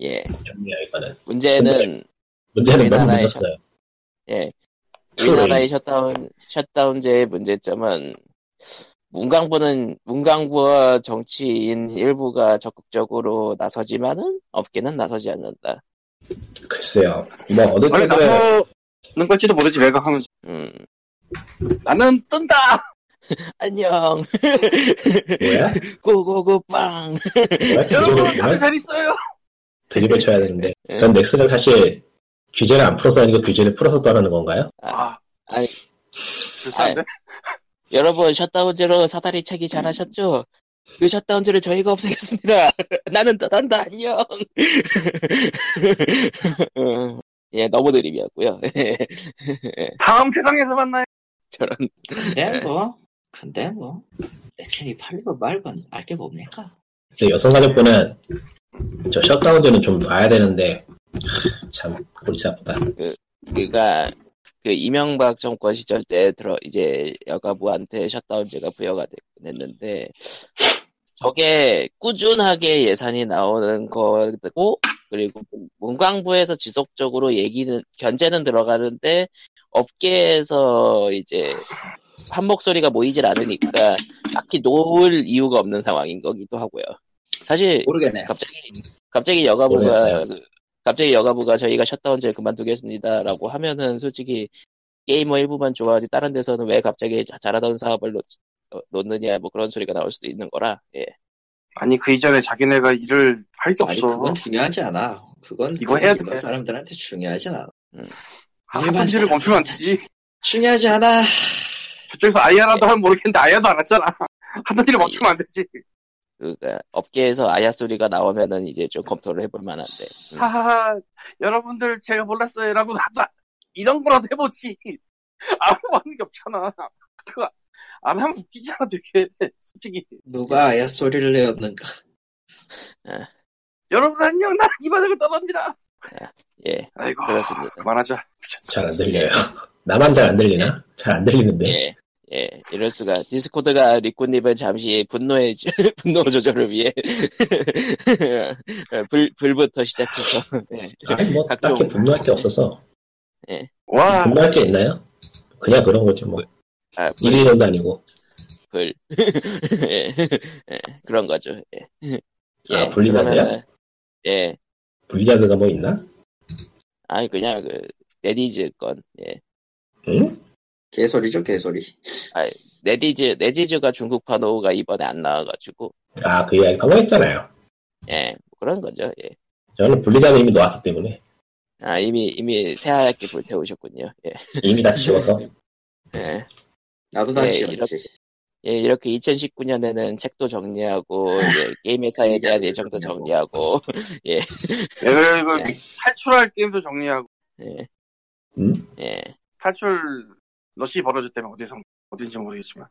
Speaker 1: 예.
Speaker 4: 정리야 이거는
Speaker 1: 문제는,
Speaker 4: 문제는 너무
Speaker 1: 우리나라의
Speaker 4: 늦었어요.
Speaker 1: 예.
Speaker 4: 투레이.
Speaker 1: 우리나라의 셧다운, 셧다운제의 문제점은 문광부는 문광부와 정치인 일부가 적극적으로 나서지만은 업계는 나서지 않는다.
Speaker 4: 글쎄요. 뭐 어느
Speaker 2: 원래
Speaker 4: 정도
Speaker 2: 나서는 걸지도 모르지 매각하면서.
Speaker 1: 음,
Speaker 2: 나는 뜬다.
Speaker 1: 안녕.
Speaker 4: 뭐야? 어?
Speaker 1: 고고고빵.
Speaker 4: 뭐야?
Speaker 2: 여러분
Speaker 4: 드립을,
Speaker 2: 다들
Speaker 4: 뭐야?
Speaker 2: 잘 있어요.
Speaker 4: 드립을 쳐야 되는데
Speaker 1: 예.
Speaker 4: 그럼 넥슨은 사실 규제를 안 풀어서 아니고 규제를 풀어서 떠나는 건가요?
Speaker 1: 아, 아니.
Speaker 2: 불쌍한데?
Speaker 1: 여러분 셧다운제로 사다리 차기 잘하셨죠? 그 셧다운제를 저희가 없애겠습니다. 나는 떠난다 안녕. 음, 예 너무 드립이었고요.
Speaker 2: 다음 세상에서 만나요.
Speaker 1: 저런
Speaker 2: 네.
Speaker 3: 근데 뭐 근데 뭐 넥슨이 팔리고 말건 알게 뭡니까?
Speaker 4: 근데 여성가족부는 저 셧다운제는 좀 놔야 되는데 참 골치 아프다.
Speaker 1: 그가 그 이명박 정권 시절 때 들어 이제 여가부한테 셧다운제가 부여가 됐- 됐는데 저게 꾸준하게 예산이 나오는 거고 그리고 문광부에서 지속적으로 얘기는 견제는 들어가는데 업계에서 이제 한 목소리가 모이질 않으니까 딱히 놓을 이유가 없는 상황인 거기도 하고요. 사실
Speaker 3: 모르겠네요.
Speaker 1: 갑자기 갑자기 여가부가
Speaker 4: 모르겠어요.
Speaker 1: 그- 갑자기 여가부가 저희가 셧다운제 그만두겠습니다라고 하면은 솔직히 게이머 일부만 좋아하지 다른 데서는 왜 갑자기 자- 잘하던 사업을 놓, 어, 놓느냐 뭐 그런 소리가 나올 수도 있는 거라 예
Speaker 2: 아니 그 이전에 자기네가 일을 할 게
Speaker 3: 아니
Speaker 2: 없어.
Speaker 3: 그건 중요하지 않아. 그건
Speaker 2: 이거 해야
Speaker 3: 그건
Speaker 2: 돼.
Speaker 3: 일반 사람들한테 중요하진 않아. 일반
Speaker 2: 한지를
Speaker 3: 사람.
Speaker 2: 멈추면 안 되지.
Speaker 3: 중요하지 않아.
Speaker 2: 저쪽에서 아이아라도 하면 모르겠는데 아이아도 안 했잖아. 하던 일을 멈추면 안 되지.
Speaker 1: 그러니까 업계에서 아야 소리가 나오면은 이제 좀 검토를 해볼 만한데 음.
Speaker 2: 하하하 여러분들 제가 몰랐어요라고 나도 이런 거라도 해보지. 아무 하는 게 없잖아. 그거 안 하면 웃기잖아 되게 솔직히.
Speaker 3: 누가 아야 소리를 내었는가.
Speaker 2: 여러분 안녕 나는 이 바닥을 떠납니다.
Speaker 1: 예
Speaker 2: 아이고
Speaker 1: 그렇습니다
Speaker 2: 그만하자.
Speaker 4: 잘 안 들려요. 나만 잘 안 들리나? 잘 안 들리는데.
Speaker 1: 예. 예, 이럴 수가. 디스코드가 리꾸님은 잠시 분노의 지- 분노 조절을 위해 불 불부터 시작해서 예.
Speaker 4: 아니, 뭐
Speaker 1: 각종-
Speaker 4: 딱히 분노할 게 없어서
Speaker 2: 와
Speaker 4: 분노할 게 있나요? 그냥 그런 거지 뭐.
Speaker 1: 아, 불,
Speaker 4: 일일년도 아니고.
Speaker 1: 불. 예. 예, 그런 거죠. 예.
Speaker 4: 아, 분리자드야?
Speaker 1: 그러면은, 예.
Speaker 4: 블리자드가 뭐 있나?
Speaker 1: 아니 그냥 그 네디즈 건. 예.
Speaker 4: 응?
Speaker 3: 개소리죠 개소리.
Speaker 1: 네디즈 네디즈가 중국판 호가 이번에 안 나와가지고
Speaker 4: 아, 그 이야기 방금 했잖아요.
Speaker 1: 예 그런 거죠. 예.
Speaker 4: 저는 블리자드 이미 놓았기 때문에.
Speaker 1: 아 이미 이미 새하얗게 불태우셨군요. 예.
Speaker 4: 이미 다 지워서.
Speaker 1: 예.
Speaker 3: 나도
Speaker 1: 예,
Speaker 2: 네,
Speaker 3: 다 지었지.
Speaker 1: 이렇게- 예, 이렇게 2019년에는 책도 정리하고, 예, 게임 회사에 대한 예정도 정리하고, 네.
Speaker 2: 이걸 이걸 탈출할 게임도 정리하고
Speaker 1: 예,
Speaker 4: 응?
Speaker 1: 예,
Speaker 2: 탈출 러시 벌어졌다면 어디서 어딘지 모르겠지만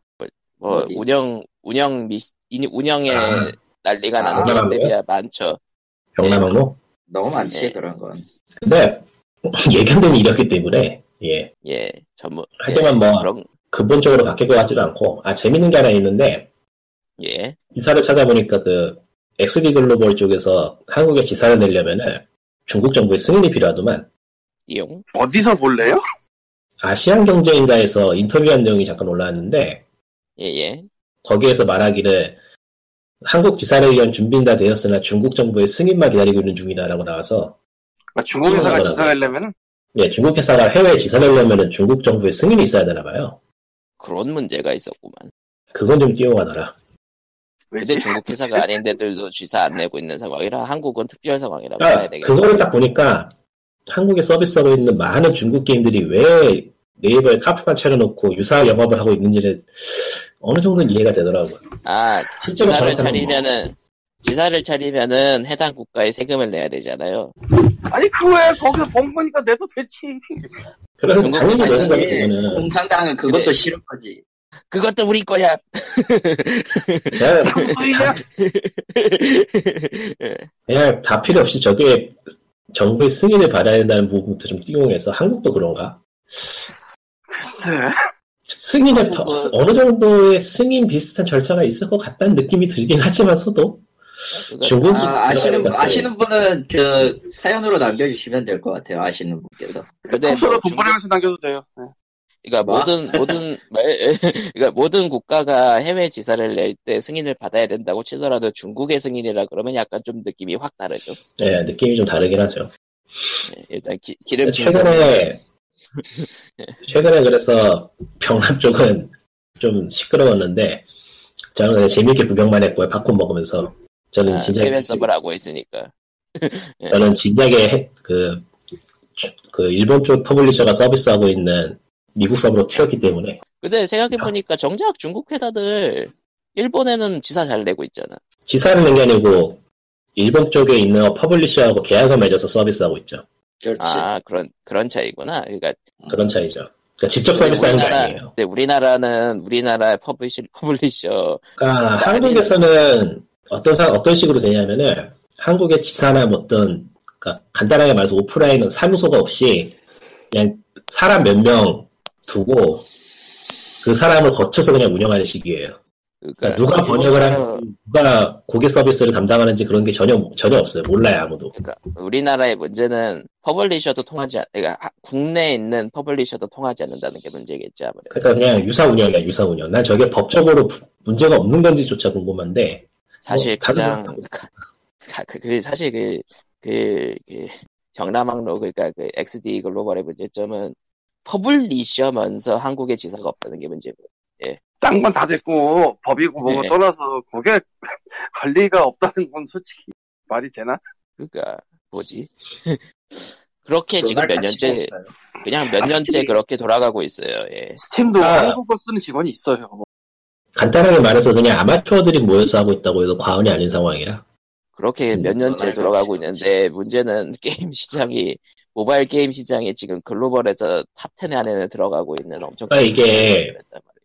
Speaker 1: 뭐,
Speaker 3: 어디?
Speaker 1: 운영, 운영 미, 인- 운영에
Speaker 4: 아.
Speaker 1: 난리가
Speaker 3: 아,
Speaker 1: 나는 게임들이야
Speaker 4: 그런가요?
Speaker 1: 많죠.
Speaker 4: 경남항로?
Speaker 3: 너무 많지
Speaker 2: 네.
Speaker 1: 예.
Speaker 3: 그런 건.
Speaker 4: 근데 예견된 일이었기 때문에 예
Speaker 1: 예, 전부.
Speaker 4: 하지만
Speaker 1: 예,
Speaker 4: 뭐-
Speaker 1: 그런,
Speaker 4: 근본적으로 바뀔 것 같지도 않고 아 재밌는 게 하나 있는데
Speaker 1: 예,
Speaker 4: 기사를 찾아보니까 그 XD 글로벌 쪽에서 한국에 지사를 내려면은 중국 정부의 승인이 필요하더만
Speaker 1: 띠용.
Speaker 2: 어디서 볼래요?
Speaker 4: 아시안 경제인가에서 인터뷰한 내용이 잠깐 올라왔는데
Speaker 1: 예, 예.
Speaker 4: 거기에서 말하기를 한국 지사를 위한 준비는 다 되었으나 중국 정부의 승인만 기다리고 있는 중이다라고 나와서
Speaker 2: 아, 중국 회사가
Speaker 4: 그거는-
Speaker 2: 지사하려면
Speaker 4: 예 중국 회사가 해외에 지사내려면은 중국 정부의 승인이 있어야 되나 봐요
Speaker 1: 그런 문제가 있었구만.
Speaker 4: 그건 좀 띄워가더라
Speaker 1: 근데
Speaker 2: 왜지?
Speaker 1: 중국 회사가 아닌데들도 쥐사 안 내고 있는 상황이라 한국은 특별 상황이라고
Speaker 4: 아,
Speaker 1: 해야 되겠다.
Speaker 4: 그거를 딱 보니까 한국에 서비스하고 있는 많은 중국 게임들이 왜 네이버에 카피만 차려놓고 유사 영업을 하고 있는지는 어느 정도는 이해가 되더라고요.
Speaker 1: 아,
Speaker 4: 실제로
Speaker 1: 지사를
Speaker 4: 잘못하면 뭐.
Speaker 1: 차리면은, 지사를 차리면은 해당 국가에 세금을 내야 되잖아요.
Speaker 2: 아니 그거야 거기서 번 거니까 내도 되지
Speaker 4: 그래서
Speaker 1: 중국
Speaker 4: 당연히
Speaker 1: 회사는
Speaker 4: 내는 거죠,
Speaker 3: 예,
Speaker 4: 그거는.
Speaker 3: 공산당은 그것도
Speaker 1: 근데-
Speaker 3: 싫은 거지.
Speaker 1: 그것도 우리 거야.
Speaker 4: 그냥,
Speaker 1: 아,
Speaker 2: 소리냐?
Speaker 4: 그냥 다 필요 없이 저게 정부의 승인을 받아야 된다는 부분부터 좀 띄용해서 한국도 그런가?
Speaker 2: 글쎄
Speaker 4: 승인의 파-
Speaker 1: 한국은-
Speaker 4: 어느 정도의 승인 비슷한 절차가 있을 것 같다는 느낌이 들긴 하지만서도 중국
Speaker 3: 아, 아시는 분- 아시는 분은 그 사연으로 남겨주시면 될 것 같아요. 아시는 분께서.
Speaker 1: 근데
Speaker 2: 컵스로
Speaker 1: 뭐
Speaker 2: 돈
Speaker 1: 중국,
Speaker 2: 버리면서 남겨도 돼요 네.
Speaker 1: 그러니까
Speaker 3: 뭐?
Speaker 1: 모든 모든 말- 그러니까 모든 국가가 해외 지사를 낼 때 승인을 받아야 된다고 치더라도 중국의 승인이라 그러면 약간 좀 느낌이 확 다르죠.
Speaker 4: 예, 느낌이 좀 다르긴 하죠.
Speaker 1: 네, 일단 기, 기름진
Speaker 4: 최근에 최근에 그래서 경남 쪽은 좀 시끄러웠는데 저는 그냥 재미있게 구경만 했고요 팝콘 먹으면서 저는
Speaker 1: 아,
Speaker 4: 진작
Speaker 1: 해외 서브를 하고 있으니까
Speaker 4: 저는 진작에 해- 그, 그 일본 쪽 퍼블리셔가 서비스하고 있는 미국 서브로 튀었기 때문에
Speaker 1: 근데
Speaker 4: 아.
Speaker 1: 생각해보니까 정작 중국 회사들 일본에는 지사 잘 내고 있잖아.
Speaker 4: 지사를 낸 게 아니고 일본 쪽에 있는 퍼블리셔하고 계약을 맺어서 서비스하고 있죠
Speaker 3: 그렇지.
Speaker 1: 아 그런 그런 차이구나. 그러니까
Speaker 4: 그런 차이죠 그러니까 직접 서비스하는 게 아니에요
Speaker 1: 근데 우리나라는 우리나라 퍼블리셔 퍼블리셔
Speaker 4: 그러니까
Speaker 1: 아니.
Speaker 4: 한국에서는 어떤 사- 어떤 식으로 되냐면은 한국의 지사나 뭐 어떤 그러니까 간단하게 말해서 오프라인은 사무소가 없이 그냥 사람 몇 명 두고 그 사람을 거쳐서 그냥 운영하는 식이에요.
Speaker 1: 그러니까
Speaker 4: 그러니까 누가 번역을
Speaker 1: 일본처럼-
Speaker 4: 하는 누가 고객 서비스를 담당하는지 그런 게 전혀 전혀 없어요. 몰라요 아무도.
Speaker 1: 그러니까 우리나라의 문제는 퍼블리셔도 통하지 않, 그러니까 하- 국내에 있는 퍼블리셔도 통하지 않는다는 게 문제겠지 아무래도.
Speaker 4: 그러니까 그냥 유사 운영이야 유사 운영. 난 저게 법적으로 부- 문제가 없는 건지조차 궁금한데
Speaker 1: 사실
Speaker 4: 뭐,
Speaker 1: 가장
Speaker 4: 다른
Speaker 1: 가- 가- 그, 그 사실 그그 그, 경남항로 그러니까 그 XD 글로벌의 문제점은 퍼블리셔면서 한국에 지사가 없다는 게 문제고.
Speaker 2: 딴 건 다 됐고 법이고 뭐고
Speaker 1: 네.
Speaker 2: 떠나서 고객 관리가 없다는 건 솔직히 말이 되나?
Speaker 1: 그러니까 뭐지? 그렇게 지금
Speaker 3: 그날
Speaker 1: 몇
Speaker 3: 가치가
Speaker 1: 년째
Speaker 3: 없어요.
Speaker 1: 그냥 몇
Speaker 2: 아,
Speaker 1: 년째
Speaker 2: 솔직히-
Speaker 1: 그렇게 돌아가고 있어요. 예.
Speaker 2: 스팀도
Speaker 4: 아.
Speaker 2: 한국어 쓰는 직원이 있어요. 뭐.
Speaker 4: 간단하게 말해서 그냥 아마추어들이 모여서 하고 있다고 해도 과언이 아닌 상황이라.
Speaker 1: 그렇게
Speaker 4: 음,
Speaker 1: 몇 년째
Speaker 3: 떠날
Speaker 1: 돌아가고
Speaker 3: 가치가
Speaker 1: 있는데 문제는 게임 시장이 모바일 게임 시장이 지금 글로벌에서 탑 10 안에는 들어가고 있는 엄청
Speaker 4: 아, 이게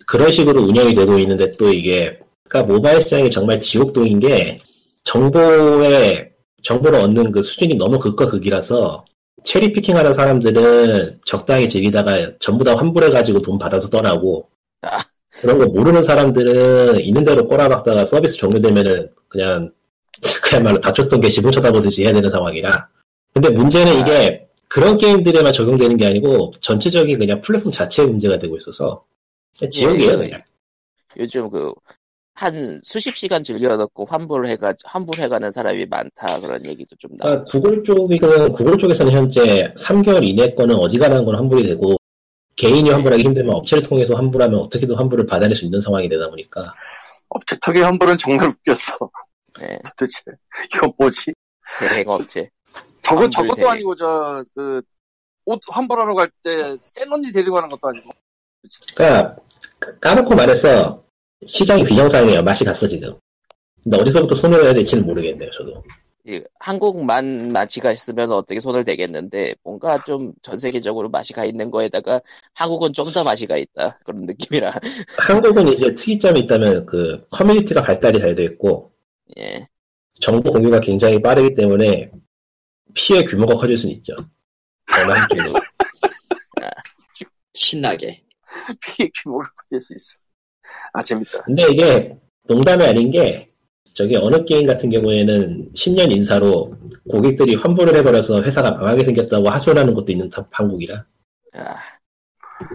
Speaker 4: 그런 식으로 운영이 되고 있는데 또 이게 그러니까 모바일 시장이 정말 지옥동인 게 정보에 정보를 얻는 그 수준이 너무 극과 극이라서 체리 피킹하는 사람들은 적당히 즐기다가 전부 다 환불해가지고 돈 받아서 떠나고
Speaker 1: 아.
Speaker 4: 그런 거 모르는 사람들은 있는 대로 꼬라박다가 서비스 종료되면은 그냥 그야말로 다쳤던 게 지붕 쳐다보듯이 해야 되는 상황이라 근데 문제는 이게 그런 게임들에만 적용되는 게 아니고 전체적인 그냥 플랫폼 자체의 문제가 되고 있어서
Speaker 1: 예,
Speaker 4: 지옥이에요 그냥
Speaker 1: 요즘 그 한 수십 시간 즐겨놓고 환불을 해가 환불해가는 사람이 많다 그런 얘기도 좀 나와.
Speaker 4: 그러니까 구글 쪽이든 구글 쪽에서는 현재 3개월 이내 거는 어지간한 건 환불이 되고 개인이 환불하기 힘들면 업체를 통해서 환불하면 어떻게든 환불을 받아낼 수 있는 상황이 되다 보니까
Speaker 2: 업체 턱의 환불은 정말 웃겼어.
Speaker 1: 네.
Speaker 2: 도대체 이거 뭐지?
Speaker 4: 아.
Speaker 1: 대행업체.
Speaker 2: 저건
Speaker 1: 환불
Speaker 2: 저것도
Speaker 1: 되게.
Speaker 2: 아니고 저 그 옷 환불하러 갈 때 센 언니 데리고 가는 것도 아니고
Speaker 4: 그러니까 까놓고 말해서 시장이 비정상이에요 맛이 갔어 지금 근데 어디서부터 손을 해야 될지는 모르겠네요 저도
Speaker 1: 이 한국만 맛이 가 있으면 어떻게 손을 대겠는데 뭔가 좀 전 세계적으로 맛이 가 있는 거에다가 한국은 좀 더 맛이 가 있다 그런 느낌이라.
Speaker 4: 한국은 이제 특이점이 있다면 그 커뮤니티가 발달이 잘 돼 있고
Speaker 1: 예.
Speaker 4: 정보 공유가 굉장히 빠르기 때문에 피해 규모가 커질 수는 있죠 어느 한쪽으로
Speaker 3: 신나게.
Speaker 2: 그 피해 규모가 커질 수 있어. 아 재밌다.
Speaker 4: 근데 이게 농담이 아닌 게 저기 어느 게임 같은 경우에는 신년 인사로 고객들이 환불을 해버려서 회사가 망하게 생겼다고 하소연하는 것도 있는 탑 한국이라
Speaker 1: 아.
Speaker 4: 네.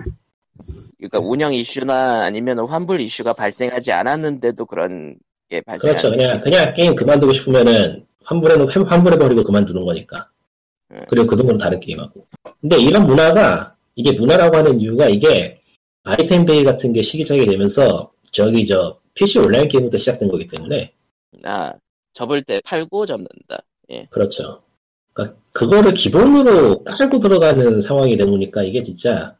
Speaker 1: 그러니까 운영 이슈나 아니면 환불 이슈가 발생하지 않았는데도 그런 게 발생한
Speaker 4: 그렇죠 그냥
Speaker 1: 게 있-
Speaker 4: 그냥 게임 그만두고 싶으면은 환불해놓 환불해버리고 그만두는 거니까
Speaker 1: 네.
Speaker 4: 그리고 그 돈으로 다른 게임하고 근데 이런 문화가 이게 문화라고 하는 이유가 이게 아이템 베이 같은 게 시기적이 되면서 저기 저 PC 온라인 게임부터 시작된 거기 때문에
Speaker 1: 아, 접을 때 팔고 접는다.
Speaker 4: 그렇죠. 그러니까 그거를 기본으로 깔고 들어가는 상황이 되니까 이게 진짜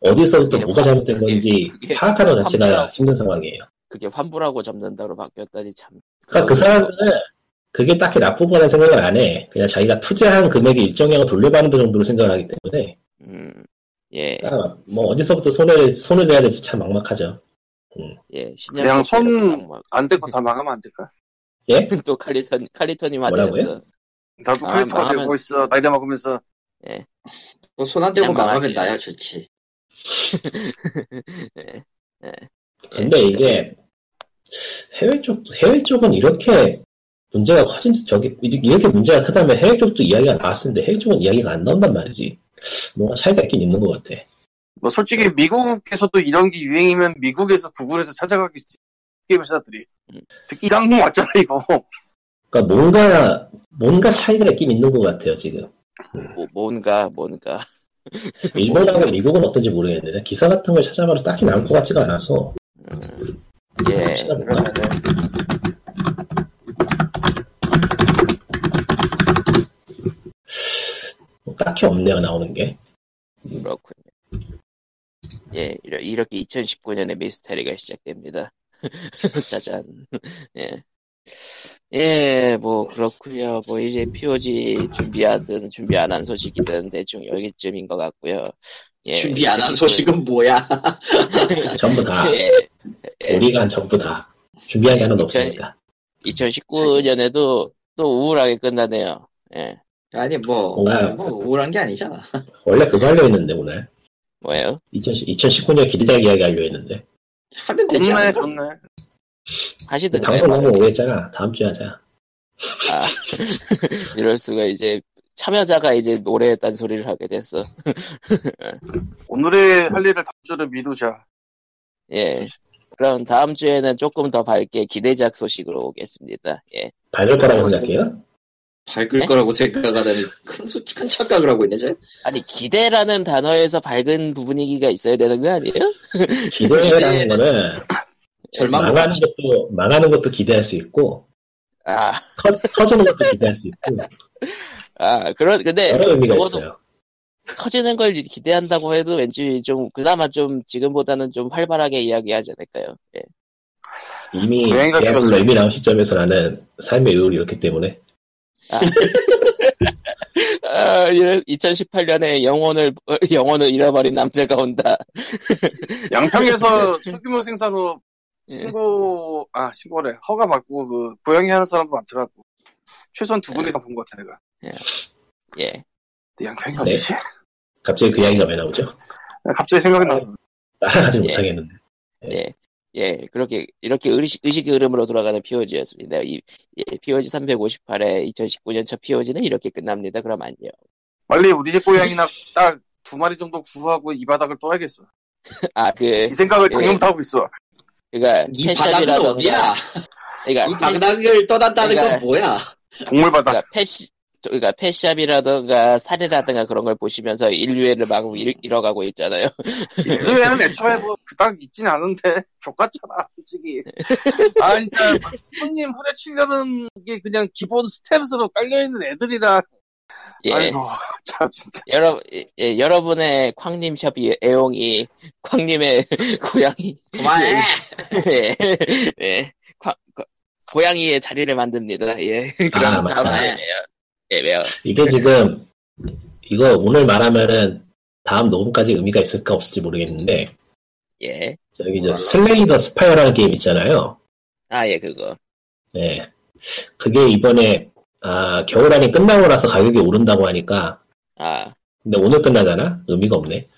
Speaker 4: 어디서부터
Speaker 1: 그게
Speaker 4: 뭐가
Speaker 1: 화-
Speaker 4: 잘못된
Speaker 1: 그게-
Speaker 4: 건지
Speaker 1: 그게
Speaker 4: 파악하는 것 자체가
Speaker 1: 환불하고.
Speaker 4: 힘든 상황이에요.
Speaker 1: 그게 환불하고 접는다로 바뀌었다니 참.
Speaker 4: 그러니까 그 사람들은 그게 딱히 나쁜 거라는 생각을 안 해. 그냥 자기가 투자한 금액의 일정량을 돌려받는 정도로 생각을 하기 때문에
Speaker 1: 음, 예,
Speaker 4: 그러니까 뭐 어디서부터 손을 손을 내야 될지 참 막막하죠.
Speaker 1: 예. 신년
Speaker 2: 그냥
Speaker 1: 선수 이렇게
Speaker 2: 손
Speaker 1: 막
Speaker 2: 안 되고 다 망하면 안 될까?
Speaker 4: 예?
Speaker 1: 막또 칼리턴 칼리턴님
Speaker 4: 뭐라고요?
Speaker 1: 화내셨어.
Speaker 2: 나도
Speaker 1: 아,
Speaker 2: 크리터가
Speaker 1: 망하면-
Speaker 2: 되고 있어. 나이다 먹으면서
Speaker 3: 뭐 손안 대고
Speaker 1: 그냥
Speaker 3: 망하면
Speaker 1: 망하지.
Speaker 3: 나야 좋지.
Speaker 4: 근데 이게 해외 쪽 해외 쪽은 이렇게 문제가 커진 저기 이렇게 문제가 크다면 해외 쪽도 이야기가 나왔었는데 해외 쪽은 이야기가 안 나온단 말이지 뭔가 차이가 있긴 있는 것 같아.
Speaker 2: 뭐 솔직히 미국에서도 이런 게 유행이면 미국에서 구글에서 찾아가겠지 게임 회사들이
Speaker 1: 음.
Speaker 2: 특히 이상공 왔잖아 이거
Speaker 4: 그러니까 뭔가 뭔가 차이가 있긴 있는 것 같아요 지금.
Speaker 1: 뭐, 뭔가 뭔가
Speaker 4: 일본하고 미국은 어떤지 모르겠는데 기사 같은 걸 찾아봐도 딱히 나올 것 같지가 않아서
Speaker 1: 예.
Speaker 4: 찾아볼까?
Speaker 1: 그러면은
Speaker 4: 뭐 딱히 없네요 나오는 게.
Speaker 1: 그렇군요. 예, 이러- 이렇게 2019년에 미스터리가 시작됩니다. 짜잔. 예. 예, 뭐, 그렇구요. 뭐, 이제 POG 준비하든, 준비 안 한 소식이든, 대충 여기쯤인 것 같고요. 예,
Speaker 3: 준비 안 한 소식은 뭐야?
Speaker 4: 전부 다
Speaker 1: 예, 예.
Speaker 4: 우리가 한 전부 다 준비한 게 하나 도 없으니까.
Speaker 1: 2019년에도 또 우울하게 끝나네요. 예.
Speaker 3: 아니 뭐,
Speaker 4: 뭐야?
Speaker 3: 뭐 우울한 게 아니잖아.
Speaker 4: 원래 그거 하려 했는데 오늘
Speaker 1: 뭐예요?
Speaker 4: 2019년 길다리 이야기 하려 했는데
Speaker 3: 하면
Speaker 1: 그렇죠.
Speaker 3: 되지
Speaker 2: 겁내
Speaker 3: 않나?
Speaker 2: 겁내
Speaker 1: 하시던가요?
Speaker 4: 방송 너무
Speaker 1: 말을?
Speaker 4: 오래 했잖아 다음 주에 하자
Speaker 1: 아, 이럴 수가 이제 참여자가 이제 노래 딴소리를 하게 됐어.
Speaker 2: 오늘의 할 일을 다음 주로 미루자
Speaker 1: 예. 그럼 다음 주에는 조금 더 밝게 기대작 소식으로 오겠습니다. 예.
Speaker 4: 밝을 거라고 생각해요?
Speaker 3: 밝을
Speaker 1: 네?
Speaker 3: 거라고 생각하다니 큰, 수- 큰 착각을 하고 있네 쟤.
Speaker 1: 아니, 기대라는 단어에서 밝은 부분이기가 있어야 되는 거 아니에요?
Speaker 4: 기대라는 거는
Speaker 3: 절망
Speaker 4: 망하는 것도 망하는 것도 기대할 수 있고
Speaker 1: 아,
Speaker 4: 터, 터지는 것도 기대할 수 있고
Speaker 1: 아, 그런, 근데
Speaker 4: 여러 의미가
Speaker 1: 적어도
Speaker 4: 있어요.
Speaker 1: 터지는 걸 기대한다고 해도 왠지 좀, 그나마 좀 지금보다는 좀 활발하게 이야기하지 않을까요? 예.
Speaker 4: 이미
Speaker 2: 여행가
Speaker 4: 계약으로
Speaker 2: 필요없어요.
Speaker 4: 이미 나온 시점에서 나는 삶의 의욕이 이렇기 때문에
Speaker 1: 아, 2018년에 영혼을, 어, 영혼을 잃어버린 남자가 온다.
Speaker 2: 양평에서
Speaker 1: 네.
Speaker 2: 소규모 생산으로
Speaker 1: 예.
Speaker 2: 신고 아 신고래 허가 받고 그 고양이 하는 사람도 많더라고 최소한 두 분 이상 본 것 같아 내가
Speaker 1: 예.
Speaker 2: 근데 양평이
Speaker 4: 네.
Speaker 2: 어디지?
Speaker 4: 갑자기 그 이야기가 왜 나오죠?
Speaker 2: 갑자기 생각이 나서
Speaker 4: 따라하지
Speaker 1: 예.
Speaker 4: 못하겠는데
Speaker 1: 예. 예, 그렇게, 이렇게 의식, 의식의 흐름으로 돌아가는 POG였습니다. 이, 예, POG 358회 2019년 첫 POG는 이렇게 끝납니다. 그럼 안녕.
Speaker 2: 빨리 우리 집 고양이나 딱 두 마리 정도 구하고 이 바닥을 떠야겠어
Speaker 1: 아, 그,
Speaker 2: 이 생각을
Speaker 1: 예.
Speaker 2: 작년부터 하고 있어
Speaker 1: 그니까,
Speaker 3: 이 바닥은 어디야?
Speaker 1: 그니까,
Speaker 3: 이 바닥을 떠난다는
Speaker 1: 그러니까-
Speaker 3: 건 뭐야?
Speaker 2: 동물 바닥
Speaker 1: 그러니까 패시 그러니까 패샵이라든가 살이라든가 그런 걸 보시면서 인류애를 마구
Speaker 3: 음.
Speaker 1: 잃, 잃어가고 있잖아요.
Speaker 2: 인류애는 애초에 뭐 그닥 있진 않은데 족같잖아 솔직히 아 진짜 손님 후려치려는 게 그냥 기본 스텝으로 깔려있는 애들이라
Speaker 1: 예,
Speaker 2: 아이고 참 진짜
Speaker 1: 여러 예, 예, 여러분의 쾅님 샵 예- 애용이 쾅님의 고양이
Speaker 3: 그만해.
Speaker 1: 예, 예, 쾅- 고- 고양이의 자리를 만듭니다. 예, 그럼
Speaker 4: 아, 맞다.
Speaker 1: 다음 주에 봬요. 예, 왜요?
Speaker 4: 이게 지금 이거 오늘 말하면은 다음 녹음까지 의미가 있을까 없을지 모르겠는데
Speaker 1: 예,
Speaker 4: 저기 저 슬레이더 스파이어라는 게임 있잖아요.
Speaker 1: 아 예, 그거.
Speaker 4: 네. 그게 이번에 아, 겨울 안이 끝나고 나서 가격이 오른다고 하니까
Speaker 1: 아
Speaker 4: 근데 오늘 끝나잖아? 의미가 없네.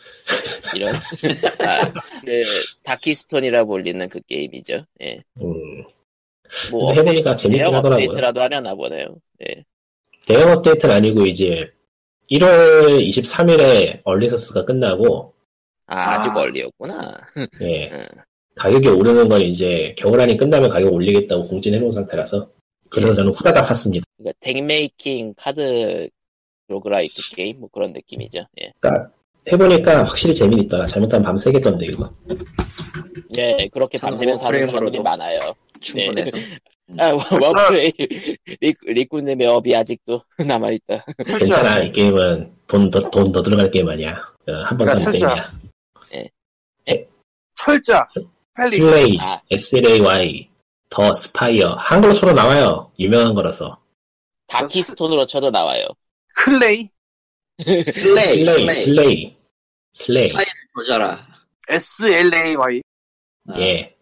Speaker 1: 이런 아, 그 다키스톤이라 불리는 그 게임이죠. 예,
Speaker 4: 음,
Speaker 1: 뭐
Speaker 4: 근데 해보니까
Speaker 1: 업데이트-
Speaker 4: 재밌긴
Speaker 1: 대형
Speaker 4: 하더라고요.
Speaker 1: 업데이트라도 하려나 보네요. 예.
Speaker 4: 대형 업데이트는 아니고 이제 1월 23일에 얼리서스가 끝나고
Speaker 1: 아, 아직
Speaker 2: 아.
Speaker 1: 얼리였구나.
Speaker 4: 예.
Speaker 1: 음.
Speaker 4: 가격이 오르는 건 이제 겨울 안이 끝나면 가격 올리겠다고 공진해 놓은 상태라서 그래서 저는 후다닥 샀습니다.
Speaker 1: 그러니까 덱메이킹 카드 로그라이트 게임 뭐 그런 느낌이죠. 예.
Speaker 4: 해보니까 확실히 재미는 있더라. 잘못하면 밤 새겠 던데 이거.
Speaker 1: 음, 예, 그렇게
Speaker 3: 저는
Speaker 1: 밤새면서 하는
Speaker 3: 워프레임으로도.
Speaker 1: 사람들이
Speaker 3: 음.
Speaker 1: 많아요.
Speaker 3: 충분해서.
Speaker 1: 아, 워프레이 리꾸님의 업이 아직도 남아 있다.
Speaker 4: 괜찮아. 이 게임은 돈 더 돈 더 들어갈 게임 아니야. 한 번
Speaker 2: 야,
Speaker 4: 사면
Speaker 2: 철자.
Speaker 4: 게임이야.
Speaker 2: 철자 빨리
Speaker 4: 슬레이,
Speaker 1: 아.
Speaker 4: SLAY, 더 스파이어 한글로처럼 나와요. 유명한 거라서.
Speaker 1: 다키스톤으로 쳐도 나와요.
Speaker 2: 클레이
Speaker 3: 슬레이,
Speaker 4: 슬레이,
Speaker 3: 슬레이.
Speaker 4: 슬레이, 슬레이.
Speaker 3: 스파이를 거져라.
Speaker 2: SLAY
Speaker 4: 예.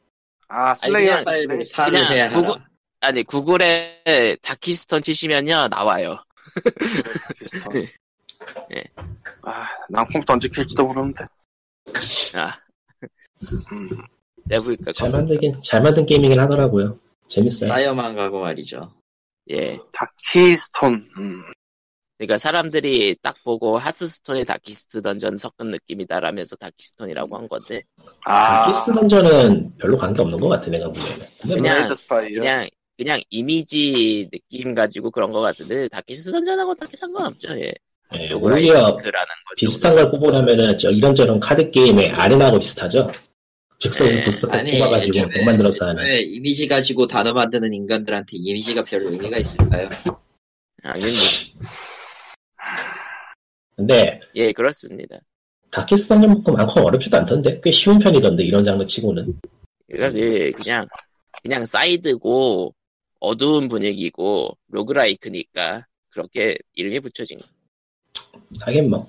Speaker 2: 아 슬레이
Speaker 1: 아니,
Speaker 2: 아니지.
Speaker 3: 스파이를 살을
Speaker 1: 그냥
Speaker 3: 해야
Speaker 1: 구글-
Speaker 3: 하라.
Speaker 1: 아니, 구글에 다키스톤 치시면요, 나와요. 그 예.
Speaker 2: 아, 난 컴퓨터 언제 킬지도 모르는데
Speaker 1: 아. 내부니까
Speaker 4: 잘 만들긴 잘 만든 게임이긴 하더라고요.
Speaker 1: 아.
Speaker 4: 재밌어요.
Speaker 3: 쌓여만 가고 말이죠.
Speaker 1: 예.
Speaker 2: 다키스톤 음.
Speaker 1: 그러니까 사람들이 딱 보고 하스스톤에 다키스트 던전 섞은 느낌이다라면서 다키스톤이라고 한 건데
Speaker 2: 아
Speaker 4: 키스 던전은 별로 관계 없는 것 같아 내가 보기에는. 근데 뭐
Speaker 1: 그냥-
Speaker 2: 레이더 스파이어
Speaker 1: 그냥 그냥 이미지 느낌 가지고 그런 것 같은데 다키스트 던전하고 딱히 상관없죠. 예.
Speaker 4: 예,
Speaker 1: 로그라이트
Speaker 4: 오히려
Speaker 1: 라는 거죠.
Speaker 4: 비슷한 걸 뽑으려면은 저 이런저런 카드 게임의 아레나하고 비슷하죠. 즉석
Speaker 1: 예,
Speaker 4: 부스터 팩
Speaker 3: 아니,
Speaker 4: 뽑아가지고
Speaker 1: 네.
Speaker 3: 애초에-
Speaker 4: 돈 만들어서 하는.
Speaker 3: 왜 이미지 가지고 단어 만드는 인간들한테 이미지가 별 의미가 있을까요?
Speaker 1: 아, 예, 뭐,
Speaker 4: 근데
Speaker 1: 예, 그렇습니다.
Speaker 4: 다키스 던전만큼 많고 어렵지도 않던데 꽤 쉬운 편이던데 이런 장르 치고는.
Speaker 1: 그러니까 예, 그냥 그냥 사이드고 어두운 분위기고 로그라이크니까 그렇게 이름이 붙여진 거.
Speaker 4: 하긴 뭐.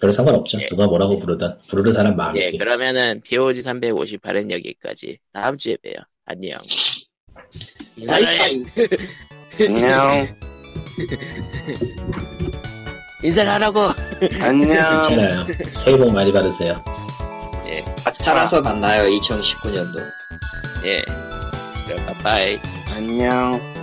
Speaker 4: 별로 상관없죠.
Speaker 1: 예.
Speaker 4: 누가 뭐라고 부르든 부르는 사람
Speaker 1: 예,
Speaker 4: 마음이지.
Speaker 1: 그러면은 POG 358은 여기까지. 다음 주에 봬요. 안녕. 인사해.
Speaker 2: 안녕
Speaker 1: 인사를 하라고.
Speaker 2: 안녕.
Speaker 4: 괜찮아요. 새해 복 많이 받으세요.
Speaker 2: 아차.
Speaker 3: 살아서 만나요 2019년도
Speaker 1: 예. 그럼 바이바이.
Speaker 2: 안녕.